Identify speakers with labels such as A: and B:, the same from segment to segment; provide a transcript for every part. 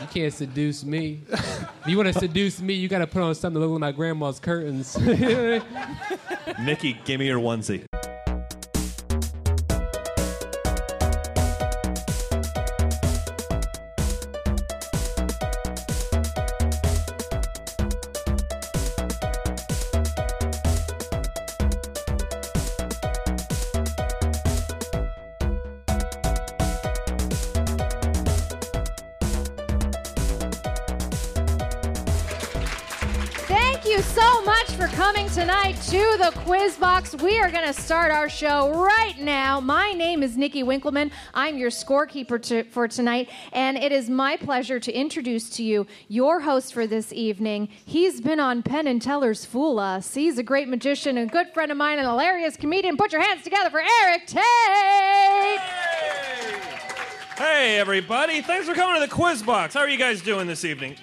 A: You can't seduce me. If you want to seduce me, you got to put on something that look like my grandma's curtains.
B: Nikki, give me your onesie.
C: Thank you so much for coming tonight to the Quiz Box. We are going to start our show right now. My name is Nikki Winkleman. I'm your scorekeeper to, for tonight, and it is my pleasure to introduce to you your host for this evening. He's been on Penn and Teller's Fool Us. He's a great magician, a good friend of mine, an hilarious comedian. Put your hands together for Eric Tate.
B: Hey, everybody. Thanks for coming to the quiz box. How are you guys doing this evening?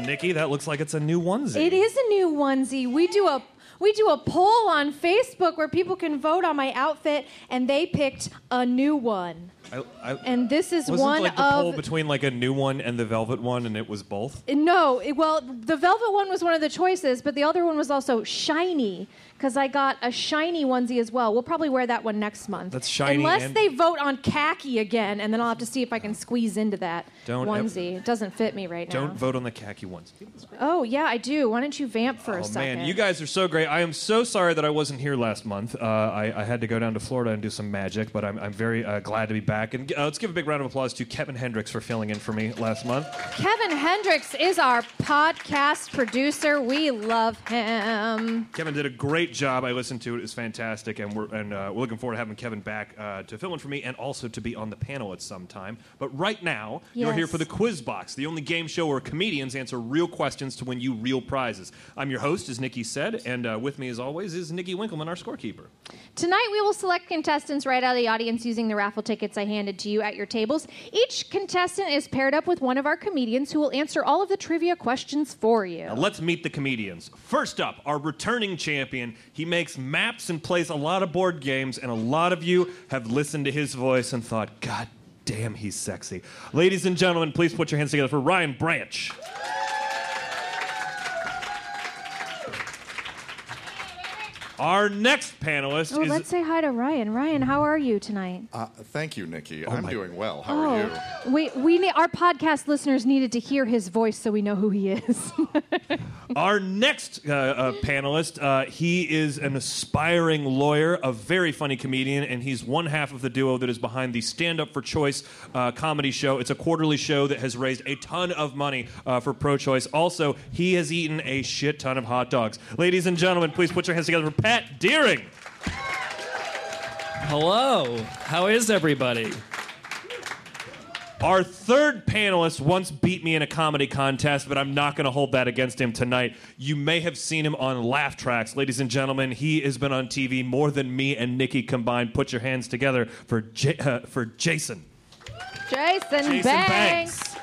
B: Nikki, that looks like it's a new onesie.
C: It is a new onesie. We do a we do a poll on Facebook where people can vote on my outfit, and they picked a new one.
B: I, I,
C: And this is
B: wasn't
C: one
B: like the
C: of
B: poll between like a new one and the velvet one, and it was both.
C: no. it- well, the velvet one was one of the choices, but the other one was also shiny because I got a shiny onesie as well. We'll probably wear that one next month.
B: That's shiny
C: Unless
B: and-
C: they vote on khaki again, and then I'll have to see if I can squeeze into that
B: Don't ev-
C: onesie. it doesn't fit me right
B: Don't
C: now.
B: vote on the khaki ones.
C: Oh yeah, I do. Why don't you vamp for a
B: Oh
C: second?
B: man, you guys are so great. I am so sorry that I wasn't here last month. Uh, I, I had to go down to Florida and do some magic, but I'm, I'm very uh, glad to be back. And uh, let's give a big round of applause to Kevin Hendricks for filling in for me last month.
C: Kevin Hendricks is our podcast producer. We love him.
B: Kevin did a great job. I listened to it; it was fantastic, and we're and uh, we're looking forward to having Kevin back uh, to film it for me, and also to be on the panel at some time. But right now, you're
C: Yes.
B: here for the Quiz Box, the only game show where comedians answer real questions to win you real prizes. I'm your host, as Nikki said, and uh, with me, as always, is Nikki Winkleman, our scorekeeper.
C: Tonight, we will select contestants right out of the audience using the raffle tickets I handed to you at your tables. Each contestant is paired up with one of our comedians who will answer all of the trivia questions for
B: Now
C: you.
B: let's meet the comedians. First up, our returning champion. He makes maps and plays a lot of board games, and a lot of you have listened to his voice and thought, God damn, he's sexy. Ladies and gentlemen, please put your hands together for Ryan Branch. Our next panelist
C: Oh,
B: is
C: let's say hi to Ryan. Ryan, how are you tonight?
D: Uh, thank you, Nikki. I'm
B: my-
D: doing well. How are you?
C: oh, we, we ne- our podcast listeners needed to hear his voice so we know who he is.
B: Our next uh, uh, panelist, uh, he is an aspiring lawyer, a very funny comedian, and he's one half of the duo that is behind the Stand Up for Choice uh, comedy show. It's a quarterly show that has raised a ton of money uh, for pro choice. Also, he has eaten a shit ton of hot dogs. Ladies and gentlemen, please put your hands together for Pat Deering.
E: Hello. How is everybody?
B: Our third panelist once beat me in a comedy contest, but I'm not going to hold that against him tonight. You may have seen him on Laugh Tracks. Ladies and gentlemen, he has been on TV more than me and Nikki combined. Put your hands together for, J- uh, for Jason.
C: Jason,
B: Jason
C: Banks.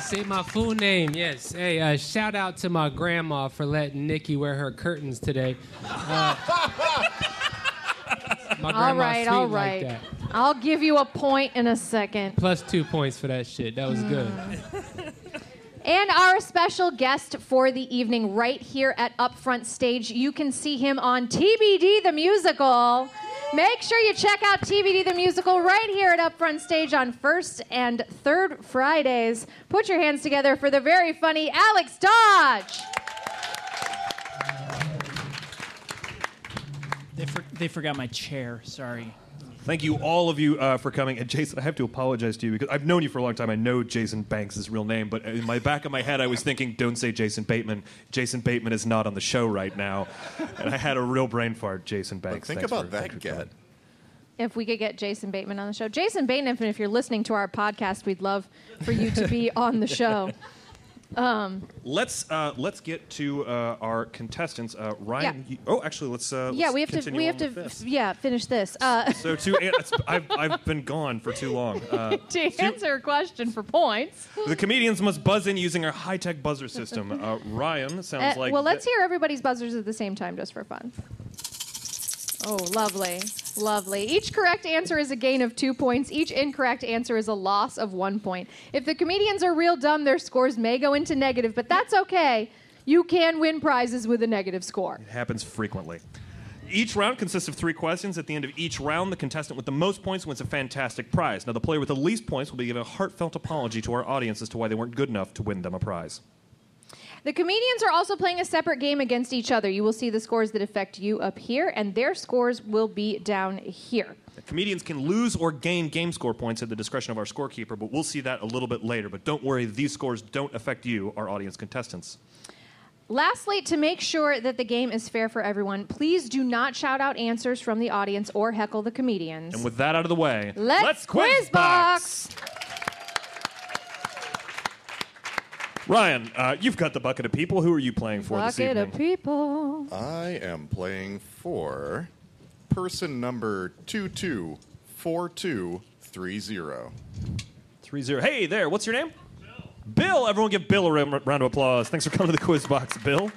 A: Say my full name, yes. Hey, uh, shout out to my grandma for letting Nikki wear her curtains today. Uh, my
C: All
A: grandma's
C: right,
A: sweet
C: all
A: like
C: right.
A: that.
C: I'll give you a point in a second.
A: Plus two points for that shit. That was good.
C: Mm. And our special guest for the evening, right here at Upfront Stage. You can see him on TBD the Musical. Make sure you check out TBD the Musical right here at Upfront Stage on first and third Fridays. Put your hands together for the very funny Alex Dodge.
E: They, for- they forgot my chair. Sorry.
B: Thank you, all of you, uh, for coming. And Jason, I have to apologize to you because I've known you for a long time. I know Jason Banks' is real name, but in my back of my head, I was thinking, don't say Jason Bateman. Jason Bateman is not on the show right now. And I had a real brain fart, Jason
D: Like,
B: Banks.
D: think
B: Thanks
D: about
B: for- thank you
D: that
B: for coming.
D: get.
C: If we could get Jason Bateman on the show. Jason Bateman, if you're listening to our podcast, we'd love for you to be on the show.
B: Let's uh, let's get to uh, our contestants. Uh, Ryan.
C: Yeah.
B: you- oh, actually, let's. Uh,
C: Yeah,
B: let's
C: we have to
B: continue
C: we
B: on
C: have to
B: with this.
C: yeah, finish this. Uh,
B: So to an- it's- I've, I've been gone for too long. Uh,
C: to answer a question for points.
B: the comedians must buzz in using our high tech buzzer system. Uh, Ryan sounds
C: Uh,
B: like.
C: well, let's
B: th-
C: hear everybody's buzzers at the same time just for fun. Oh, lovely.
F: best.
C: Lovely. Each correct answer is a gain of two points. Each incorrect answer is a loss of one point. If the comedians are real dumb, their scores may go into negative, but that's okay. You can win prizes with a negative score.
B: It happens frequently. Each round consists of three questions. At the end of each round, the contestant with the most points wins a fantastic prize. Now, the player with the least points will be given a heartfelt apology to our audience as to why they weren't good enough to win them a prize.
C: The comedians are also playing a separate game against each other. You will see the scores that affect you up here, and their scores will be down here.
B: Comedians can lose or gain game score points at the discretion of our scorekeeper, but we'll see that a little bit later. But don't worry, these scores don't affect you, our audience contestants.
C: Lastly, to make sure that the game is fair for everyone, please do not shout out answers from the audience or heckle the comedians.
B: And with that out of the way,
C: Let's, quiz box.
B: Ryan, uh, you've got the bucket of people. Who are you playing for this
C: Bucket
B: evening?
C: of people.
D: I am playing for person number 224230.
B: Three zero. Hey there, what's your name? Bill. Bill. Everyone give Bill a ra- round of applause. Thanks for coming to the quiz box, Bill.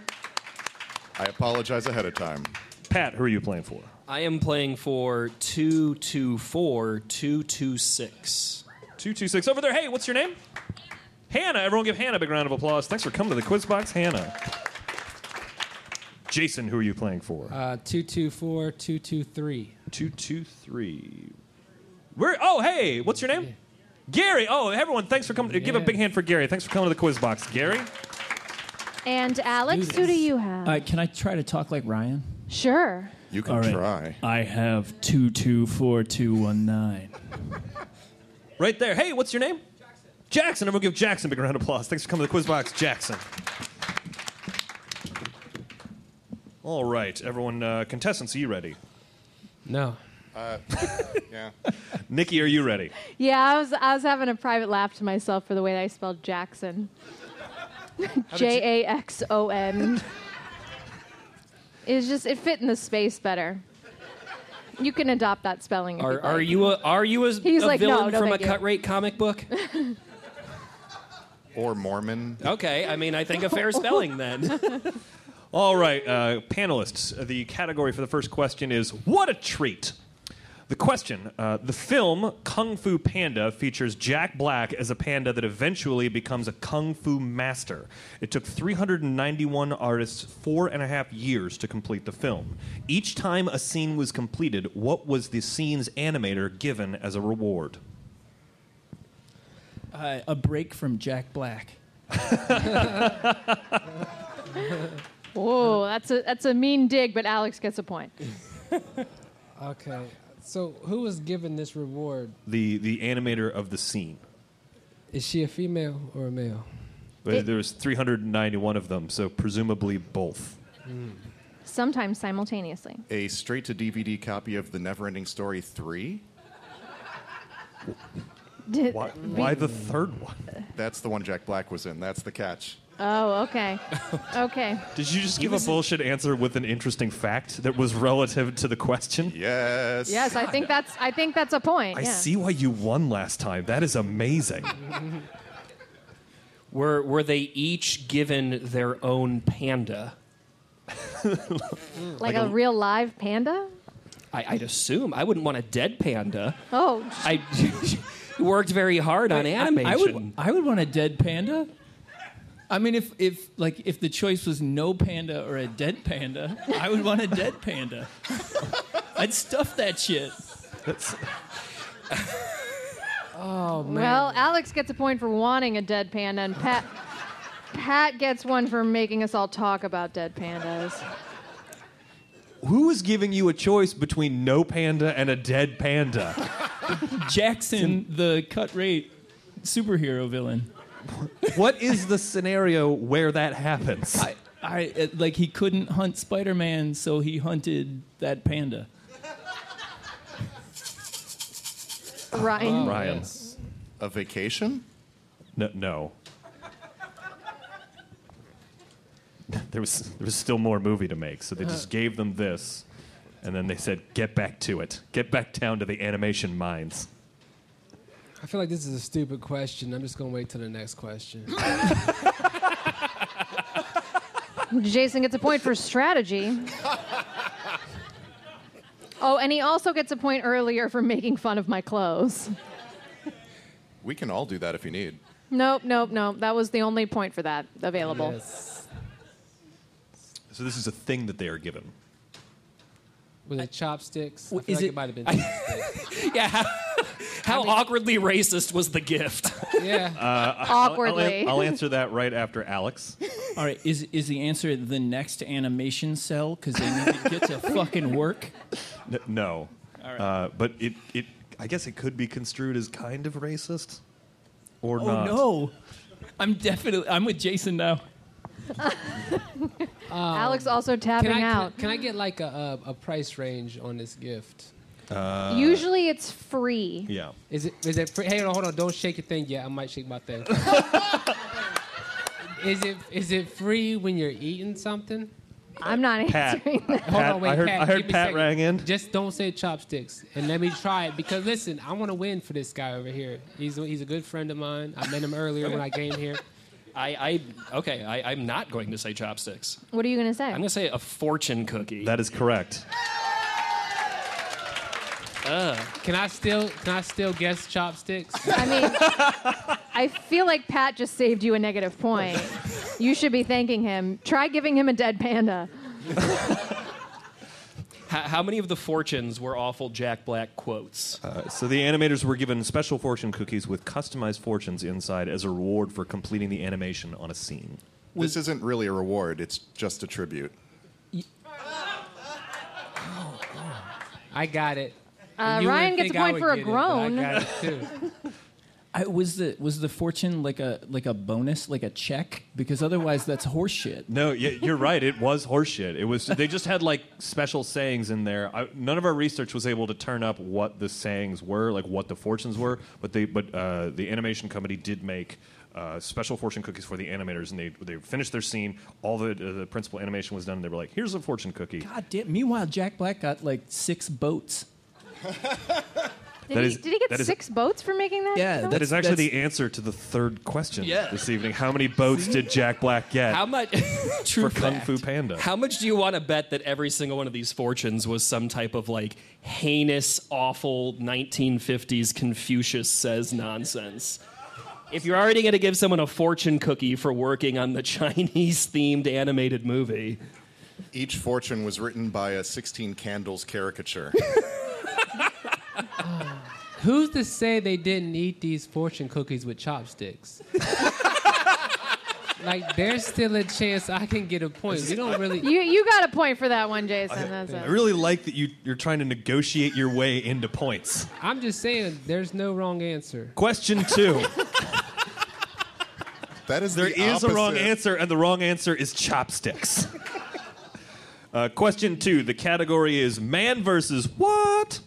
D: I apologize ahead of time.
B: Pat, who are you playing for?
G: I am playing for 224226.
B: 226 over there. Hey, what's your name? Hannah. Everyone give Hannah a big round of applause. Thanks for coming to the quiz box, Hannah. Jason, who are you playing for?
A: Uh, 224 223.
B: 223. Where Oh, hey, what's your name? Gary. Oh, everyone, thanks for coming. Give a big hand for Gary. Thanks for coming to the quiz box, Gary.
C: And Alex, who do you have?
E: Uh, can I try to talk like Ryan?
C: sure.
D: You can
E: All right.
D: try.
E: I have two two four two one nine.
B: Right there. Hey, what's your name? Jackson. Jackson. Everyone give Jackson a big round of applause. Thanks for coming to the quiz box, Jackson. All right, everyone, uh, contestants, are you ready?
A: No.
D: Yeah.
B: Nikki, are you ready?
C: Yeah, I was I was having a private laugh to myself for the way that I spelled Jackson. J A X O N. It was just it fit in the space better. You can adopt that spelling. if
G: Are,
C: you'd
G: are
C: like.
G: you a are you a,
C: He's
G: a
C: like, no,
G: villain
C: no,
G: from a
C: thank you.
G: cut rate comic book?
D: Or Mormon.
G: Okay, I mean I think a fair spelling then.
B: All right, uh, panelists, uh, the category for the first question is What a Treat! The question uh, The film Kung Fu Panda features Jack Black as a panda that eventually becomes a Kung Fu master. It took 391 artists four and a half years to complete the film. Each time a scene was completed, what was the scene's animator given as a reward?
E: Uh, a break from Jack Black.
C: Whoa, that's a that's a mean dig, but Alex gets a point.
A: Okay. So, who was given this reward?
B: The, the animator of the scene.
A: Is she a female or a male?
B: Uh, There was 391 of them, so presumably both.
C: Sometimes simultaneously.
D: A straight to DVD copy of The Neverending Story 3.
C: Did-
B: Why, why the third one?
D: That's the one Jack Black was in. That's the catch.
C: Oh, okay. Okay.
B: Did you just give a bullshit answer with an interesting fact that was relative to the question?
D: Yes.
C: Yes, I think that's I think that's a point.
B: I
C: yeah.
B: see why you won last time. That is amazing.
G: were were they each given their own panda?
C: Like, a, real live panda?
G: I, I'd assume I wouldn't want a dead panda.
C: Oh,
G: I worked very hard on animation.
E: I would I would want a dead panda. I mean, if if like if the choice was no panda or a dead panda, I would want a dead panda. I'd stuff that shit.
B: That's-
C: Well, Alex gets a point for wanting a dead panda, and Pat Pat gets one for making us all talk about dead pandas.
B: who is giving you a choice between no panda and a dead panda?
E: Jackson, the cut rate superhero villain.
B: what is the scenario where that happens?
E: I, I it, like he couldn't hunt Spider-Man, so he hunted that panda.
C: Ryan,
B: Ryan.
D: A vacation?
B: No. no. There was there was still more movie to make, so they just gave them this, and then they said, "Get back to it. Get back down to the animation minds."
A: I feel like this is a stupid question. I'm just going to wait till the next question.
C: Jason gets a point for strategy. Oh, and he also gets a point earlier for making fun of my clothes.
D: We can all do that if you need.
C: Nope, nope, nope. That was the only point for that available.
B: So this is a thing that they are given.
A: With the chopsticks. I
G: Wh-
A: feel
G: is
A: like it,
G: it-
A: might have been chopsticks.
G: Yeah. How, how awkwardly racist was the gift?
A: yeah.
C: Awkwardly.
B: I'll, answer that right after Alex.
E: All right, is is the answer the next animation cell? Because they need to get to fucking work.
B: N- no, uh, but it it I guess it could be construed as kind of racist, or
E: Oh
B: not.
E: no, I'm definitely I'm with Jason now.
C: Alex also
A: can,
C: tapping
A: I, can, I-
C: out.
A: can I get like a, a, a price range on this gift?
C: Usually it's free.
B: Yeah.
A: Is it? Is it? Free? Hey, hold on, hold on! Don't shake your thing yet. I might shake my thing. is it? Is it free when you're eating something?
C: I'm not
B: Pat.
C: answering that.
A: Hold
B: Pat,
A: on, wait,
B: I heard,
A: Pat,
B: I heard
A: give me a
B: Pat
A: second.
B: rang in.
A: Just don't say chopsticks, and let me try it. Because listen, I want to win for this guy over here. He's a, he's a good friend of mine. I met him earlier when I came here.
G: I, I okay. I, I'm not going to say chopsticks.
C: What are you going to say?
G: I'm going to say a fortune cookie.
B: That is correct.
A: Can I still? Can I still guess chopsticks?
C: I mean, I feel like Pat just saved you a negative point. You should be thanking him. Try giving him a dead panda.
G: how, how many of the fortunes were awful Jack Black quotes?
B: Uh, so the animators were given special fortune cookies with customized fortunes inside as a reward for completing the animation on a scene.
D: This isn't really a reward, it's just a tribute.
A: I got it.
C: Uh,
A: You
C: Ryan
A: would
C: gets a
A: think I
C: point
A: would
C: for a
A: get it, but I
C: groan.
A: got it too.
E: I, was the was the fortune like a like a bonus like a check because otherwise that's horseshit.
B: No, yeah, you're right. It was horseshit. It was. They just had like special sayings in there. I, none of our research was able to turn up what the sayings were, like what the fortunes were. But they, but uh, the animation company did make. Uh, special fortune cookies for the animators, and they they finished their scene. All the uh, the principal animation was done. And they were like, "Here's a fortune cookie."
E: God damn. Meanwhile, Jack Black got like six boats.
C: Did,
B: That
C: he,
B: is-
C: did he get
B: that is-
C: six votes for making that?
E: Yeah,
C: film?
B: That is actually
E: That's-
B: the answer to the third question
G: Yeah.
B: this evening. How many boats did Jack Black get
G: How much?
E: True
B: for Kung
E: fact.
B: Fu Panda?
G: How much do you want to bet that every single one of these fortunes was some type of like heinous, awful 1950s Confucius says nonsense? If you're already going to give someone a fortune cookie for working on the Chinese themed animated movie,
D: Each fortune was written by a 16 candles caricature.
A: Who's to say they didn't eat these fortune cookies with chopsticks? like, there's still a chance I can get a point. We don't really.
C: You you got a point for that one, Jason. That's
B: I
C: it.
B: really like that you, you're trying to negotiate your way into points.
A: I'm just saying, there's no wrong answer.
B: Question two.
D: That is
B: There
D: the
B: is a wrong
D: opposite.
B: answer, and the wrong answer is chopsticks. uh, question two. The category is man versus what?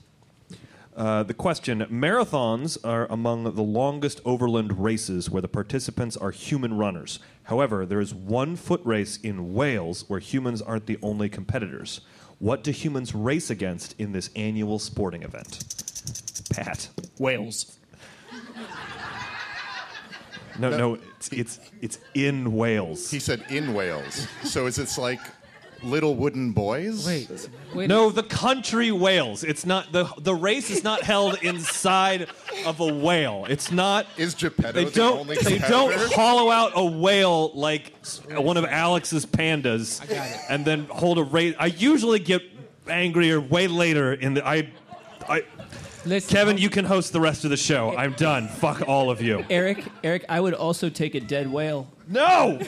B: Uh, the question marathons are among the longest overland races where the participants are human runners. However, there is one foot race in Wales where humans aren't the only competitors. What do humans race against in this annual sporting event? Pat.
G: Wales.
B: No, no, it's, it's, it's in Wales.
D: He said in Wales. So is it's like little wooden boys?
A: Wait, wait.
B: No, the country Wales. It's not the the race is not held inside of a whale. It's not.
D: Is Geppetto
B: They
D: the
B: don't.
D: only
B: They don't
D: competitor? Oh,
B: hollow out a whale like s- one of Alex's pandas,
A: got it.
B: and then hold a race. I usually get angrier way later in the. I, I,
A: listen,
B: Kevin, you can host the rest of the show. I'm done. Fuck all of you.
E: Eric, Eric, I would also take a dead whale.
B: No,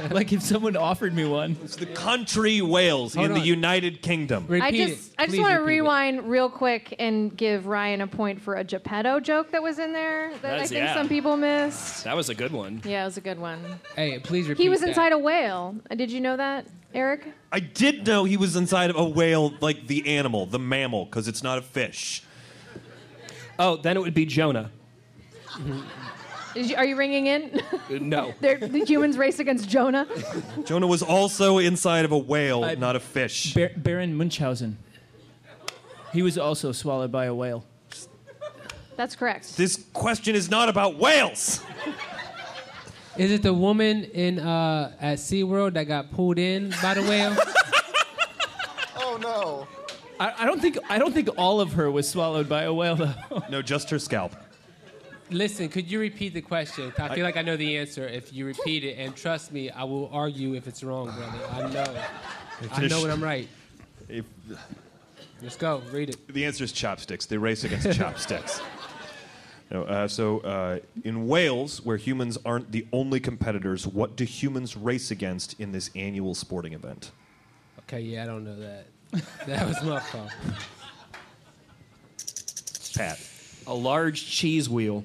E: Like if someone offered me one.
B: it's the country Wales
A: Hold
B: in the
A: on.
B: United Kingdom.
A: Repeat
C: I
A: it.
C: just I just
A: Please
C: want to
A: repeat it.
C: rewind real quick and give Ryan a point for a Geppetto joke that was in there that I
G: That's-
C: think
G: yeah.
C: some people missed.
G: That was a good one.
C: Yeah, it was a good one.
A: Hey, please repeat.
C: He was
A: that.
C: inside a whale. Uh, Did you know that, Eric?
B: I did know he was inside of a whale, like the animal, the mammal, because it's not a fish.
G: Oh, then it would be Jonah.
C: Did you, are you ringing in?
G: Uh, No.
C: They're- the humans race against Jonah.
B: Jonah was also inside of a whale,
E: I-
B: not a fish.
E: Bar- Baron Munchausen. He was also swallowed by a whale.
C: That's correct.
B: This question is not about whales.
A: Is it the woman in uh, at SeaWorld that got pulled in by the whale?
D: Oh no.
E: I, I don't think I don't think all of her was swallowed by a whale though.
B: No, just her scalp.
A: Listen, could you repeat the question? I feel like I know the answer if you repeat it, and trust me, I will argue if it's wrong, brother. I know. I know when I'm right.
B: If-
A: Let's go. Read it.
B: The answer is chopsticks. They race against chopsticks. No, uh, so, uh, in Wales, where humans aren't the only competitors, what do humans race against in this annual sporting event?
A: Okay, yeah, I don't know that. That was my fault.
B: Pat.
G: A large cheese wheel.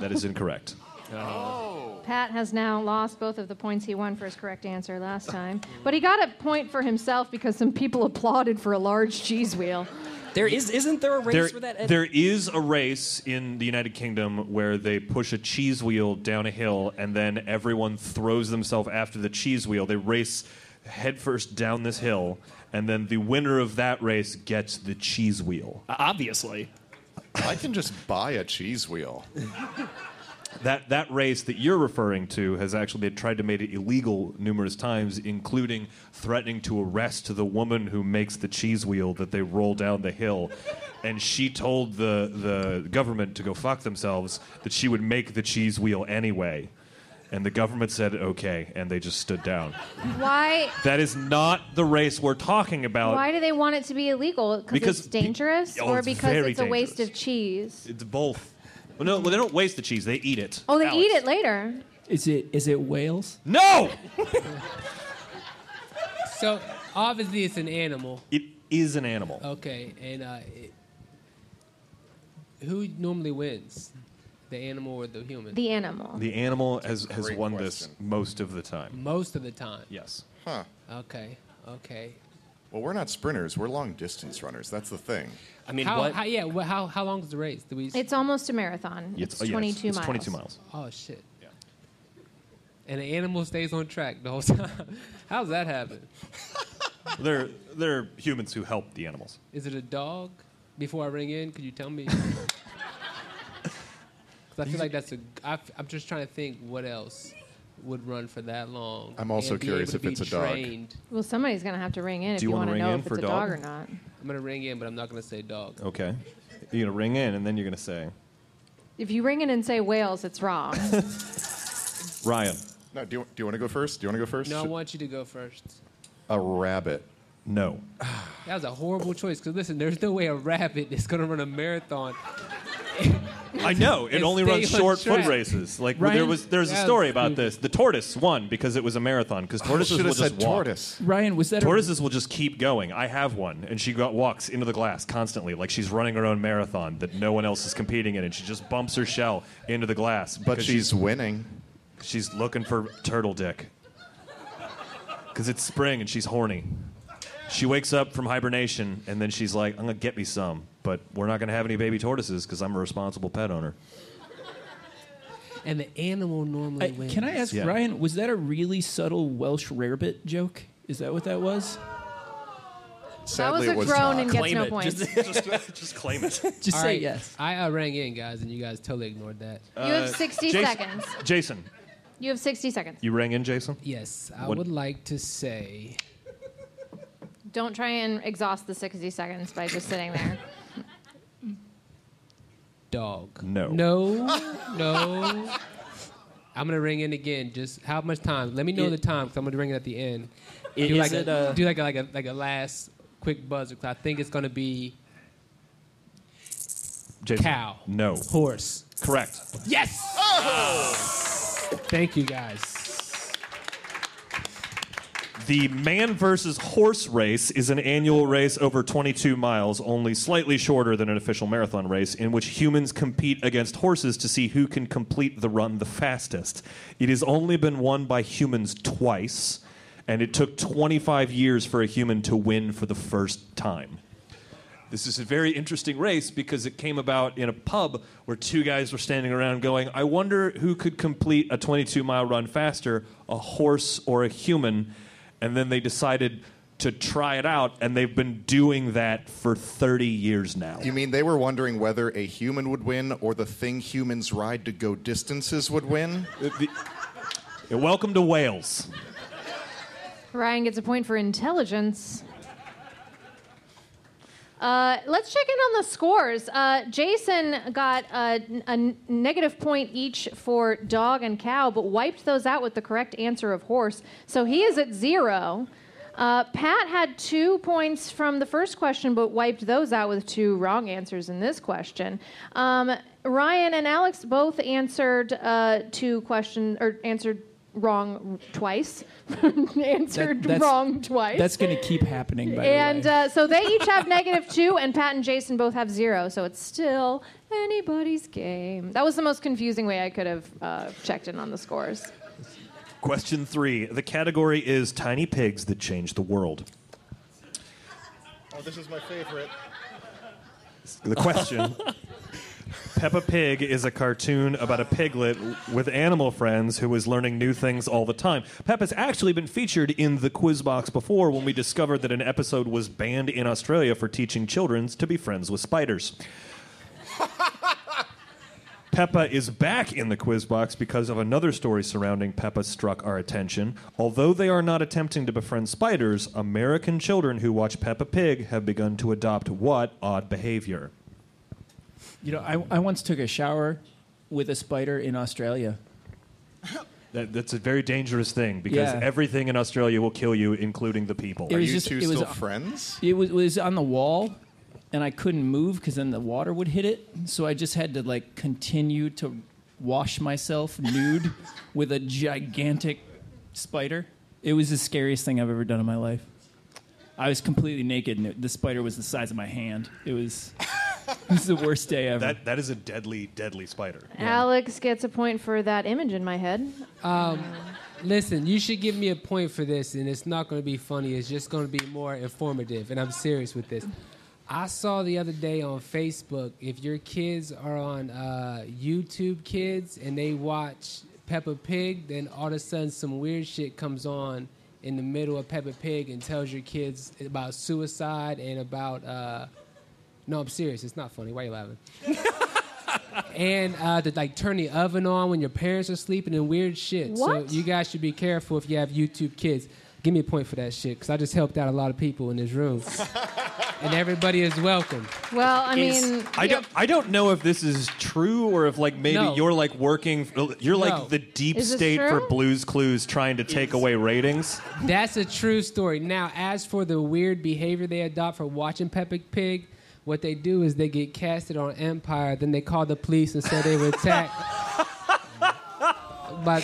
B: That is incorrect.
C: Pat has now lost both of the points he won for his correct answer last time. But he got a point for himself because some people applauded for a large cheese wheel.
G: There is isn't there a race
B: There,
G: for that? Ed?
B: there is a race in the United Kingdom where they push a cheese wheel down a hill and then everyone throws themselves after the cheese wheel. They race headfirst down this hill, and then the winner of that race gets the cheese wheel.
G: Obviously.
D: I can just buy a cheese wheel.
B: That that race that you're referring to has actually they tried to make it illegal numerous times, including threatening to arrest the woman who makes the cheese wheel that they roll down the hill. And she told the the government to go fuck themselves that she would make the cheese wheel anyway. And the government said okay, and they just stood down.
C: Why?
B: That is not the race we're talking about.
C: Why do they want it to be illegal? Because
B: Because
C: it's
B: pe-
C: dangerous,
B: Oh,
C: or
B: it's
C: because
B: very
C: it's a waste
B: dangerous.
C: of cheese?
B: It's both. Well, no, well, they don't waste the cheese; they eat it.
C: Oh, they
B: Alex.
C: eat it later.
E: Is it is it whales?
B: No,
A: So, obviously, it's an animal.
B: it is an animal.
A: Okay, and uh, it, who normally wins? The animal or the human?
C: The animal.
B: The animal has, has
D: great
B: won this
D: question. Mm-hmm.
B: most of the time.
A: Most of the time.
B: Yes.
D: Huh.
A: Okay, okay.
D: Well, we're not sprinters. We're long distance runners. That's the thing.
G: I mean,
A: How,
G: what?
A: how, yeah, wha- how, how long is the race? Do we,
C: it's almost a marathon. It's,
B: oh, yes,
C: 22
B: it's
C: miles.
B: 22 miles.
A: oh, shit. And the animal stays on track the whole time. How's that happen?
B: They're, they're humans who help the animals.
A: Is it a dog? Before I ring in, could you tell me? Because I feel like that's a. I, am just trying to think what else would run for that long.
D: I'm also
A: and be
D: curious
A: able to
D: if it's
A: be
D: a dog.
A: trained.
C: Well, somebody's going to have to ring in if
B: you
C: you
B: wanna
C: want to
B: ring
C: know
B: in
C: if
B: for
C: it's a
B: dog?
C: dog or not.
A: I'm gonna ring in, but I'm not gonna say
D: Oh,
A: dog.
B: Okay. You're going to ring in, and then you're going to say,
C: If you ring in and say whales, it's wrong.
B: Ryan.
D: No, do you, do you want to go first? Do you want to go first?
A: No, I want you to go first.
D: a rabbit.
B: No.
A: That was a horrible choice. Because listen, there's no way a rabbit is gonna run a marathon.
B: I know. It
A: It's
B: only
A: stay
B: runs
A: on
B: short
A: track.
B: foot races. Like
E: Ryan-
B: there was there's a
A: Yeah.
B: story about this. The tortoise won because it was a marathon because tortoises
D: Should
B: will
D: have
B: just
D: Oh, said
B: walk.
D: tortoise.
E: Ryan, was that a,
B: Tortoises will just keep going. I have one, and she got, walks into the glass constantly, like she's running her own marathon that no one else is competing in, and she just bumps her shell into the glass.
D: But
B: because
D: she's winning.
B: She's looking for turtle dick. Because it's spring and she's horny. She wakes up from hibernation and then she's like, I'm going to get me some, but we're not going to have any baby tortoises because I'm a responsible pet owner.
A: And the animal normally
E: I-
A: wins.
E: can I ask
B: Yeah.
E: Ryan, was that a really subtle Welsh rarebit joke? Is that what that was?
C: that
D: Sadly,
C: was a
D: it was
C: groan
D: not.
C: and gets
G: Claim
C: no
G: it.
C: points.
G: Just-
B: Just claim it.
E: Just
A: All
E: say
A: right,
E: yes.
A: I uh, rang in, guys, and you guys totally ignored that.
C: you have 60
B: Jason,
C: seconds.
B: Jason,
C: You have 60 seconds.
B: you rang in, Jason?
A: Yes, I
B: What-
A: would like to say.
C: Don't try and exhaust the 60 seconds by just sitting there.
A: dog.
B: No.
A: No. No. I'm gonna ring in again. Just how much time? Let me know
G: It-
A: the time because I'm gonna ring it at the end.
G: Is
A: do like
G: it,
A: a,
G: uh,
A: do like a, like a like a last quick buzzer because I think it's gonna be
B: Jason.
A: cow.
B: No.
A: Horse.
B: Correct.
A: Yes. Thank you guys.
B: The man versus horse race is an annual race over 22 miles, only slightly shorter than an official marathon race, in which humans compete against horses to see who can complete the run the fastest. It has only been won by humans twice, and it took 25 years for a human to win for the first time. This is a very interesting race because it came about in a pub where two guys were standing around going, I wonder who could complete a 22 mile run faster, a horse or a human. And then they decided to try it out, and they've been doing that for 30 years now.
D: You mean they were wondering whether a human would win or the thing humans ride to go distances would win?
B: Uh, the- Welcome to Wales.
C: Ryan gets a point for intelligence. Uh, let's check in on the scores. Uh, Jason got a, a n- negative point each for dog and cow, but wiped those out with the correct answer of horse. So he is at zero. Uh, Pat had two points from the first question, but wiped those out with two wrong answers in this question. Um, Ryan and Alex both answered uh, two questions or answered wrong twice. answered
E: that's-
C: wrong twice.
E: That's going to keep happening, by
C: And
E: the way.
C: uh, so they each have negative two, and Pat and Jason both have zero. So it's still anybody's game. That was the most confusing way I could have uh, checked in on the scores.
B: Question three. The category is tiny pigs that changed the world.
D: Oh, this is my favorite.
B: The question Peppa Pig is a cartoon about a piglet with animal friends who is learning new things all the time. Peppa's actually been featured in the quiz box before when we discovered that an episode was banned in Australia for teaching children to be friends with spiders. Peppa is back in the quiz box because of another story surrounding Peppa struck our attention. Although they are not attempting to befriend spiders, American children who watch Peppa Pig have begun to adopt what odd behavior?
E: you know, I, I once took a shower with a spider in Australia.
B: That, that's a very dangerous thing because
E: Yeah.
B: everything in Australia will kill you, including the people.
E: It
D: Are
E: was
D: you
E: just-
D: two
E: it was
D: still
E: a-
D: friends?
E: It was, was on the wall, and I couldn't move because then the water would hit it. So I just had to like continue to wash myself nude with a gigantic spider. It was the scariest thing I've ever done in my life. I was completely naked, and it, the spider was the size of my hand. It was, it was the worst day ever.
B: That, that is a deadly, deadly spider.
C: Alex gets a point for that image in my head.
A: Listen, you should give me a point for this, and it's not going to be funny. It's just going to be more informative, and I'm serious with this. I saw the other day on Facebook if your kids are on uh, YouTube Kids and they watch Peppa Pig, then all of a sudden some weird shit comes on in the middle of Peppa Pig and tells your kids about suicide and about. Uh, no, I'm serious. It's not funny. Why you laughing? and uh, to like turn the oven on when your parents are sleeping and weird shit.
C: What?
A: So you guys should be careful if you have YouTube kids. Give me a point for that shit because I just helped out a lot of people in this room, and everybody is welcome.
C: Well, I mean,
B: I don't. I don't know if this is true or if like maybe
A: No.
B: you're like working. You're like
A: No.
B: the deep
C: Is this
B: state for
C: true?
B: Blue's Clues, trying to take away ratings.
A: That's a true story. Now, as for the weird behavior they adopt for watching Peppa Pig, what they do is they get casted on Empire, then they call the police and say they were attacked by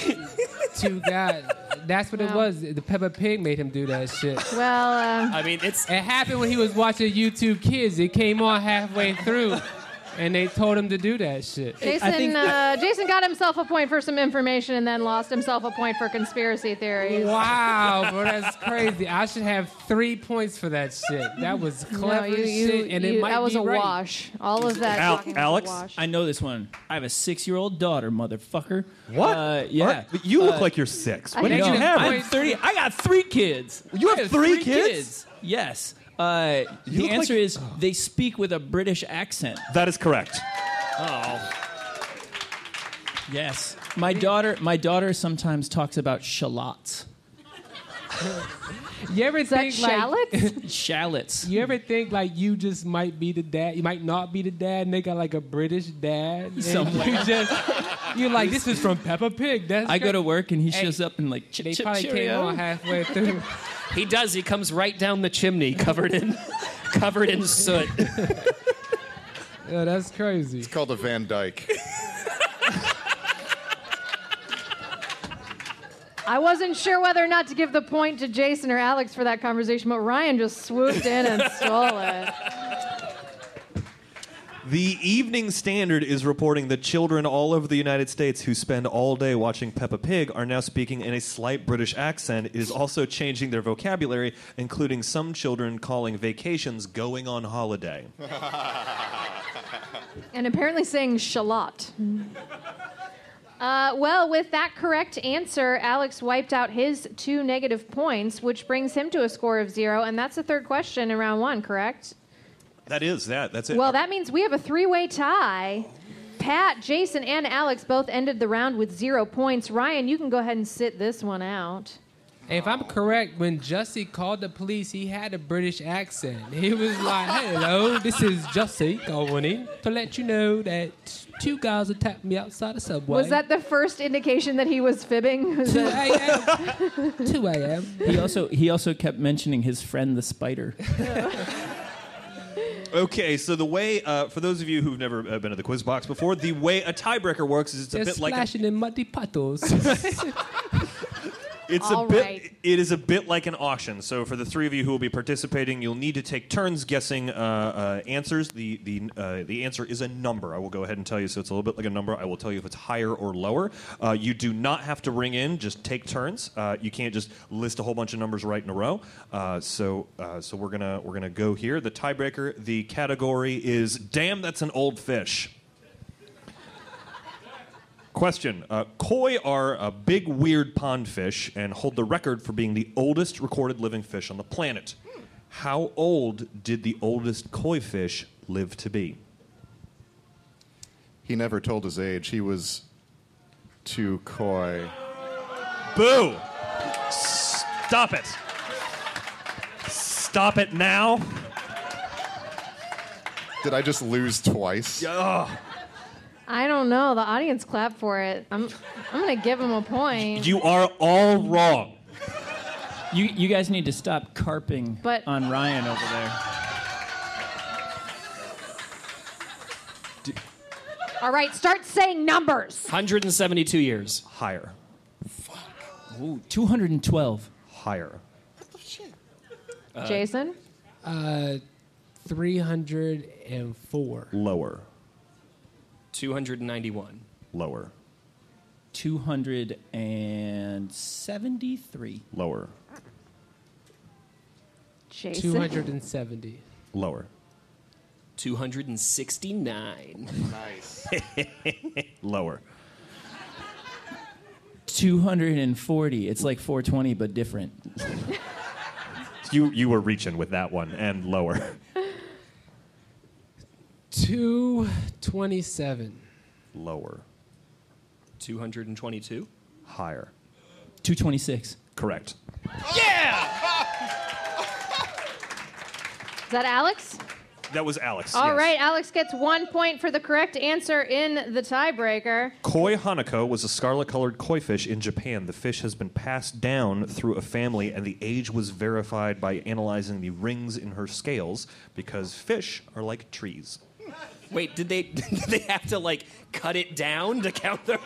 A: two guys. That's what it
C: Wow.
A: was. The Peppa Pig made him do that shit.
C: well, uh,
G: I mean, it's
A: It happened when he was watching YouTube Kids. It came on halfway through, and they told him to do that shit.
C: Jason,
E: think
C: uh, Jason got himself a point for some information and then lost himself a point for conspiracy theories.
A: Wow, bro, that's crazy. I should have three points for that shit. That was
C: No,
A: clever
C: you,
A: as
C: you,
A: shit, and
C: you-
A: it might
C: that was
A: be
C: a
A: right.
C: wash. All of that.
B: Al-
C: talking was a
B: Alex?
C: wash.
E: I know this one. I have a six-year-old daughter, motherfucker.
B: What?
E: Uh, yeah.
B: What? You look like you're six. When
C: I
B: did you
C: know.
B: have?
E: I'm
B: it?
E: 30. I got three kids.
B: You have
E: I
B: three kids?
E: Yes. Uh,
B: look
E: the answer
B: like-
E: is they speak with a British accent.
B: That is correct.
E: Yes. My daughter. My daughter sometimes talks about shallots.
A: You ever
C: Is that
A: think like
C: shallots?
E: Shallots.
A: you ever think like you just might be the dad? You might not be the dad, and they got like a British dad. and
E: Somewhere.
A: You just you're like, this is from Peppa Pig. That's
E: I go
A: great."
E: to work and he
A: Hey,
E: shows up and like chip
A: They
E: chip
A: probably came
E: cheerio.
A: on halfway through.
G: he does. He comes right down the chimney, covered in covered in soot.
A: yeah, that's crazy.
D: It's called a Van Dyke.
C: I wasn't sure whether or not to give the point to Jason or Alex for that conversation, but Ryan just swooped in and stole it.
B: The Evening Standard is reporting that children all over the United States who spend all day watching Peppa Pig are now speaking in a slight British accent. It is also changing their vocabulary, including some children calling vacations going on holiday.
C: And apparently saying shallot. Uh, well, with that correct answer, Alex wiped out his two negative points, which brings him to a score of zero. And that's the third question in round one, correct?
B: That is that. That's it.
C: Well, that means we have a three way tie. Pat, Jason, and Alex both ended the round with zero points. Ryan, you can go ahead and sit this one out.
A: If I'm correct, when Jussie called the police, he had a British accent. He was like, "Hello, this is Jussie calling in to let you know that two guys attacked me outside the subway."
C: Was that the first indication that he was fibbing? Was
A: 2
C: that-
A: a.m. 2 a.m.
E: He also he also kept mentioning his friend the spider.
B: Okay, so the way, uh, for those of you who've never uh, been to the quiz box before, the way a tiebreaker works is it's a
A: They're
B: bit like a-
A: splashing in muddy puddles.
B: It's
C: All
B: a bit.
C: right.
B: It is a bit like an auction. So for the three of you who will be participating, you'll need to take turns guessing uh, uh, answers. The the uh, the answer is a number. I will go ahead and tell you. So it's a little bit like a number. I will tell you if it's higher or lower. Uh, you do not have to ring in. Just take turns. Uh, you can't just list a whole bunch of numbers right in a row. Uh, so uh, so we're gonna we're gonna go here. The tiebreaker. The category is damn. That's an old fish. Question: uh, Koi are a big, weird pond fish and hold the record for being the oldest recorded living fish on the planet. How old did the oldest koi fish live to be?
D: He never told his age. He was too coy.
B: Boo! Stop it! Stop it now!
D: Did I just lose twice?
C: I don't know. The audience clapped for it. I'm, I'm gonna give him a point.
B: You are all wrong.
E: You you guys need to stop carping
C: But-
E: on Ryan over there.
C: All right, start saying numbers.
G: 172 years.
B: Higher,
E: Ooh, 212.
B: higher,
C: Jason,
A: uh, 304.
B: lower,
G: 291.
B: lower,
E: 273.
B: lower,
C: Jason,
A: 270.
B: lower,
G: 269.
B: lower.
E: 240. It's like 420, but different.
B: You you were reaching with that one and lower,
A: 227.
B: lower,
G: 222.
B: higher.
E: 226.
B: Correct.
C: is that Alex?
B: That was Alex.
C: All
B: yes.
C: right, Alex gets one point for the correct answer in the tiebreaker.
B: Koi hanako was a scarlet colored koi fish in Japan. The fish has been passed down through a family, and the age was verified by analyzing the rings in her scales because fish are like trees.
G: Wait, did they did they have to like cut it down to count the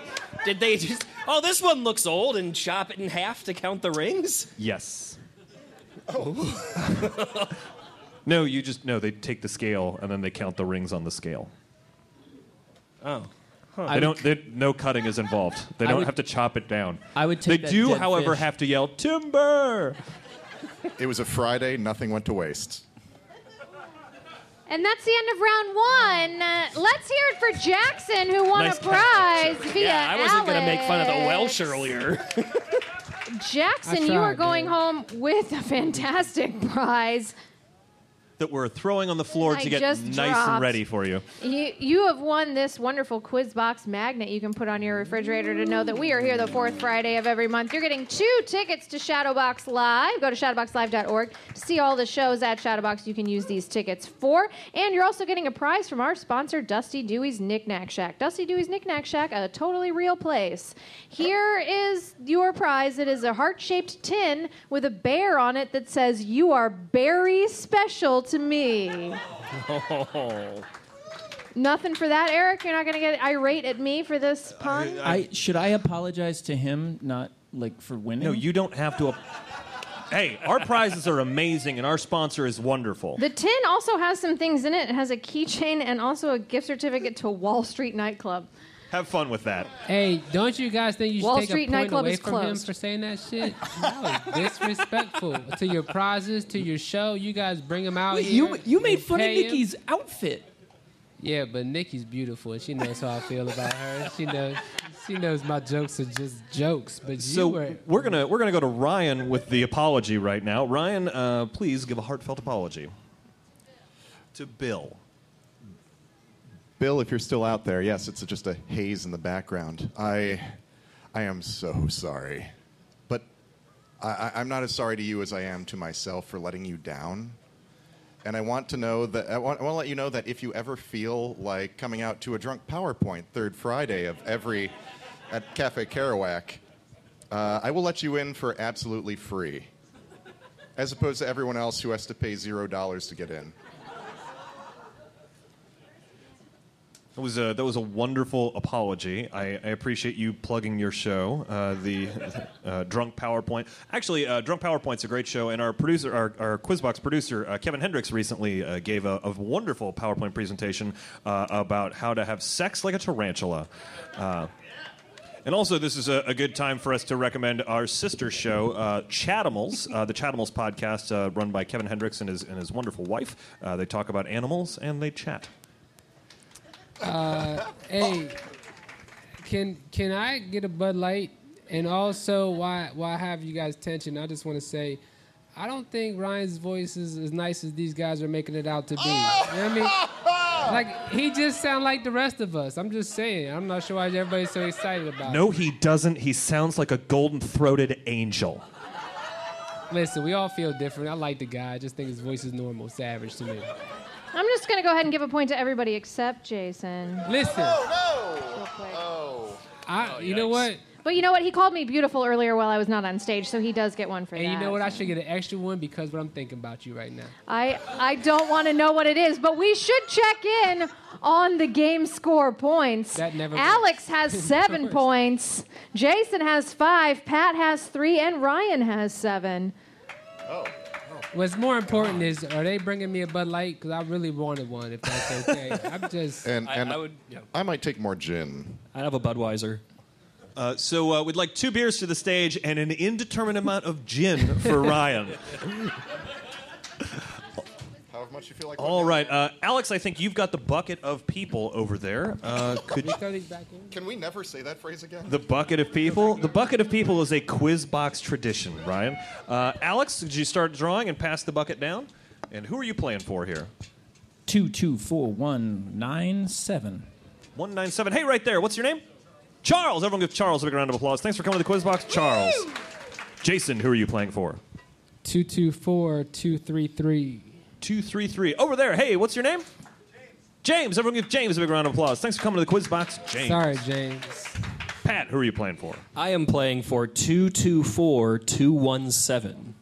G: Did they just Oh, this one looks old and chop it in half to count the rings?
B: Yes. Oh. no, you just, no, they take the scale and then they count the rings on the scale.
E: I
B: They
E: would-
B: don't, they, no cutting is involved. They
E: I
B: don't
E: would-
B: have to chop it down.
E: I would take
B: They
E: that
B: do,
E: dead
B: however,
E: fish.
B: have to yell, Timber!
D: It was a Friday. Nothing went to waste.
C: And that's the end of round one. Uh, let's hear it for Jackson, who won
G: Nice
C: a
G: catch,
C: prize via
G: yeah, I wasn't gonna make fun of the
C: Alex.
G: Welsh earlier.
C: Jackson,
A: I
C: you are
A: tried,
C: going
A: dude.
C: home with a fantastic prize.
B: That we're throwing on the floor
C: I
B: to get nice
C: just dropped.
B: and ready for you.
C: You, you have won this wonderful quiz box magnet you can put on your refrigerator to know that we are here the fourth Friday of every month. You're getting two tickets to Shadowbox Live. Go to shadowboxlive.org to see all the shows at Shadowbox you can use these tickets for. And you're also getting a prize from our sponsor, Dusty Dewey's Knickknack Shack. Dusty Dewey's Knickknack Shack, a totally real place. Here is your prize it is a heart shaped tin with a bear on it that says, You are very special to me. Nothing for that, Eric. You're not going to get irate at me for this pun.
E: I should I apologize to him not like for winning?
B: No, you don't have to. Ap- hey, our prizes are amazing, and our sponsor is wonderful.
C: the tin also has some things in it. It has a keychain and also a gift certificate to a Wall Street nightclub.
B: Have fun with that.
A: Hey, don't you guys think you should
C: Wall
A: take
C: Street
A: a point
C: nightclub
A: away
C: is
A: from him
C: closed.
A: for saying that shit? That was disrespectful to your prizes, to your show. You guys bring him out
E: Wait,
A: here.
E: you you made fun of
A: pay him.
E: Nikki's outfit.
A: Yeah, but Nikki's beautiful, and she knows how I feel about her. She knows. She knows my jokes are just jokes. But you
B: So
A: were.
B: we're gonna we're gonna go to Ryan with the apology right now. Ryan, uh, please give a heartfelt apology to Bill.
D: Bill, if you're still out there, yes, it's just a haze in the background. I, I am so sorry, but I, I, I'm not as sorry to you as I am to myself for letting you down. And I want to know that I want, I want to let you know that if you ever feel like coming out to a drunk PowerPoint third Friday of every at Cafe Kerouac, uh, I will let you in for absolutely free, as opposed to everyone else who has to pay zero dollars to get in.
B: That was a that was a wonderful apology. I, I appreciate you plugging your show, uh, the uh, Drunk PowerPoint. Actually, uh, Drunk PowerPoint's a great show, and our producer, our, our Quizbox producer, uh, Kevin Hendricks, recently uh, gave a, a wonderful PowerPoint presentation uh, about how to have sex like a tarantula. Uh, and also, this is a, a good time for us to recommend our sister show, uh, Chatamals, uh, the Chatamals podcast, uh, run by Kevin Hendricks and his, and his wonderful wife. Uh, they talk about animals and they chat.
A: Hey, can can I get a Bud Light? And also, why why have you guys tension? I just want to say, I don't think Ryan's voice is as nice as these guys are making it out to be. You know what I mean, like he just sound like the rest of us. I'm just saying. I'm not sure why everybody's so excited about. it.
B: No, he doesn't. He sounds like a golden throated angel.
A: Listen, we all feel different. I like the guy. I just think his voice is normal, savage to me.
C: I'm just going to go ahead and give a point to everybody except Jason.
A: Listen,
D: Oh
C: quick.
D: Oh.
A: I you know what?
C: But you know what? He called me beautiful earlier while I was not on stage, so he does get one for
A: And
C: that.
A: you know what? I should get an extra one because what I'm thinking about you right now.
C: I I don't want to know what it is, but we should check in on the game score points.
A: That never
C: Alex
A: works.
C: has seven
A: Of course.
C: points. Jason has five. Pat has three, and Ryan has seven.
A: What's more important is, are they bringing me a Bud Light? Because I really wanted one. If that's okay, I'm just.
D: And,
G: I,
D: and
G: I would. Yeah.
D: I might take more gin.
G: I'd have a Budweiser.
B: Uh, so uh, we'd like two beers to the stage and an indeterminate amount of gin for Ryan.
D: However much you feel like.
B: All right, uh, Alex, I think you've got the bucket of people over there. Uh, could you,
A: Throw these back in.
D: Can we never say that phrase again?
B: the bucket of people? The bucket of people is a quiz box tradition, Ryan. Uh, Alex, did you start drawing and pass the bucket down? And who are you playing for here?
E: Two two four one nine seven.
B: One nine seven. Hey, right there. What's your name? Charles. Everyone give Charles a big round of applause. Thanks for coming to the quiz box, Charles. Jason, who are you playing for?
A: 224 233.
B: Two three three. Over there. Hey, what's your name? James. Everyone give James a big round of applause. Thanks for coming to the quiz box, James.
A: Sorry, James.
B: Pat, who are you playing for?
G: I am playing for two two four two one seven.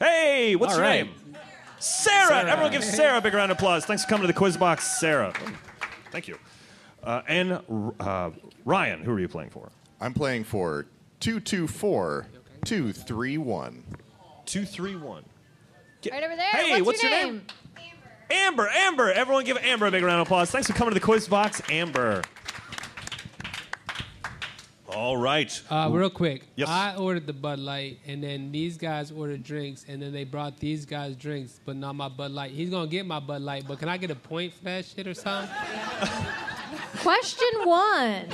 B: Hey, what's
G: All
B: your
G: right.
B: name? Sarah. Everyone give Sarah a big round of applause. Thanks for coming to the quiz box, Sarah. Thank you. Uh, and uh, Ryan, who are you playing for?
D: I'm playing for two two four two three one.
B: Two three one.
C: Right over there.
B: Hey, what's your name? Amber, Amber. Everyone give Amber a big round of applause. Thanks for coming to the quiz box, Amber. All right.
A: Uh, real quick,
B: Yes.
A: I ordered the Bud Light, and then these guys ordered drinks, and then they brought these guys drinks, but not my Bud Light. He's gonna get my Bud Light, but can I get a point for that shit or something?
C: Question one.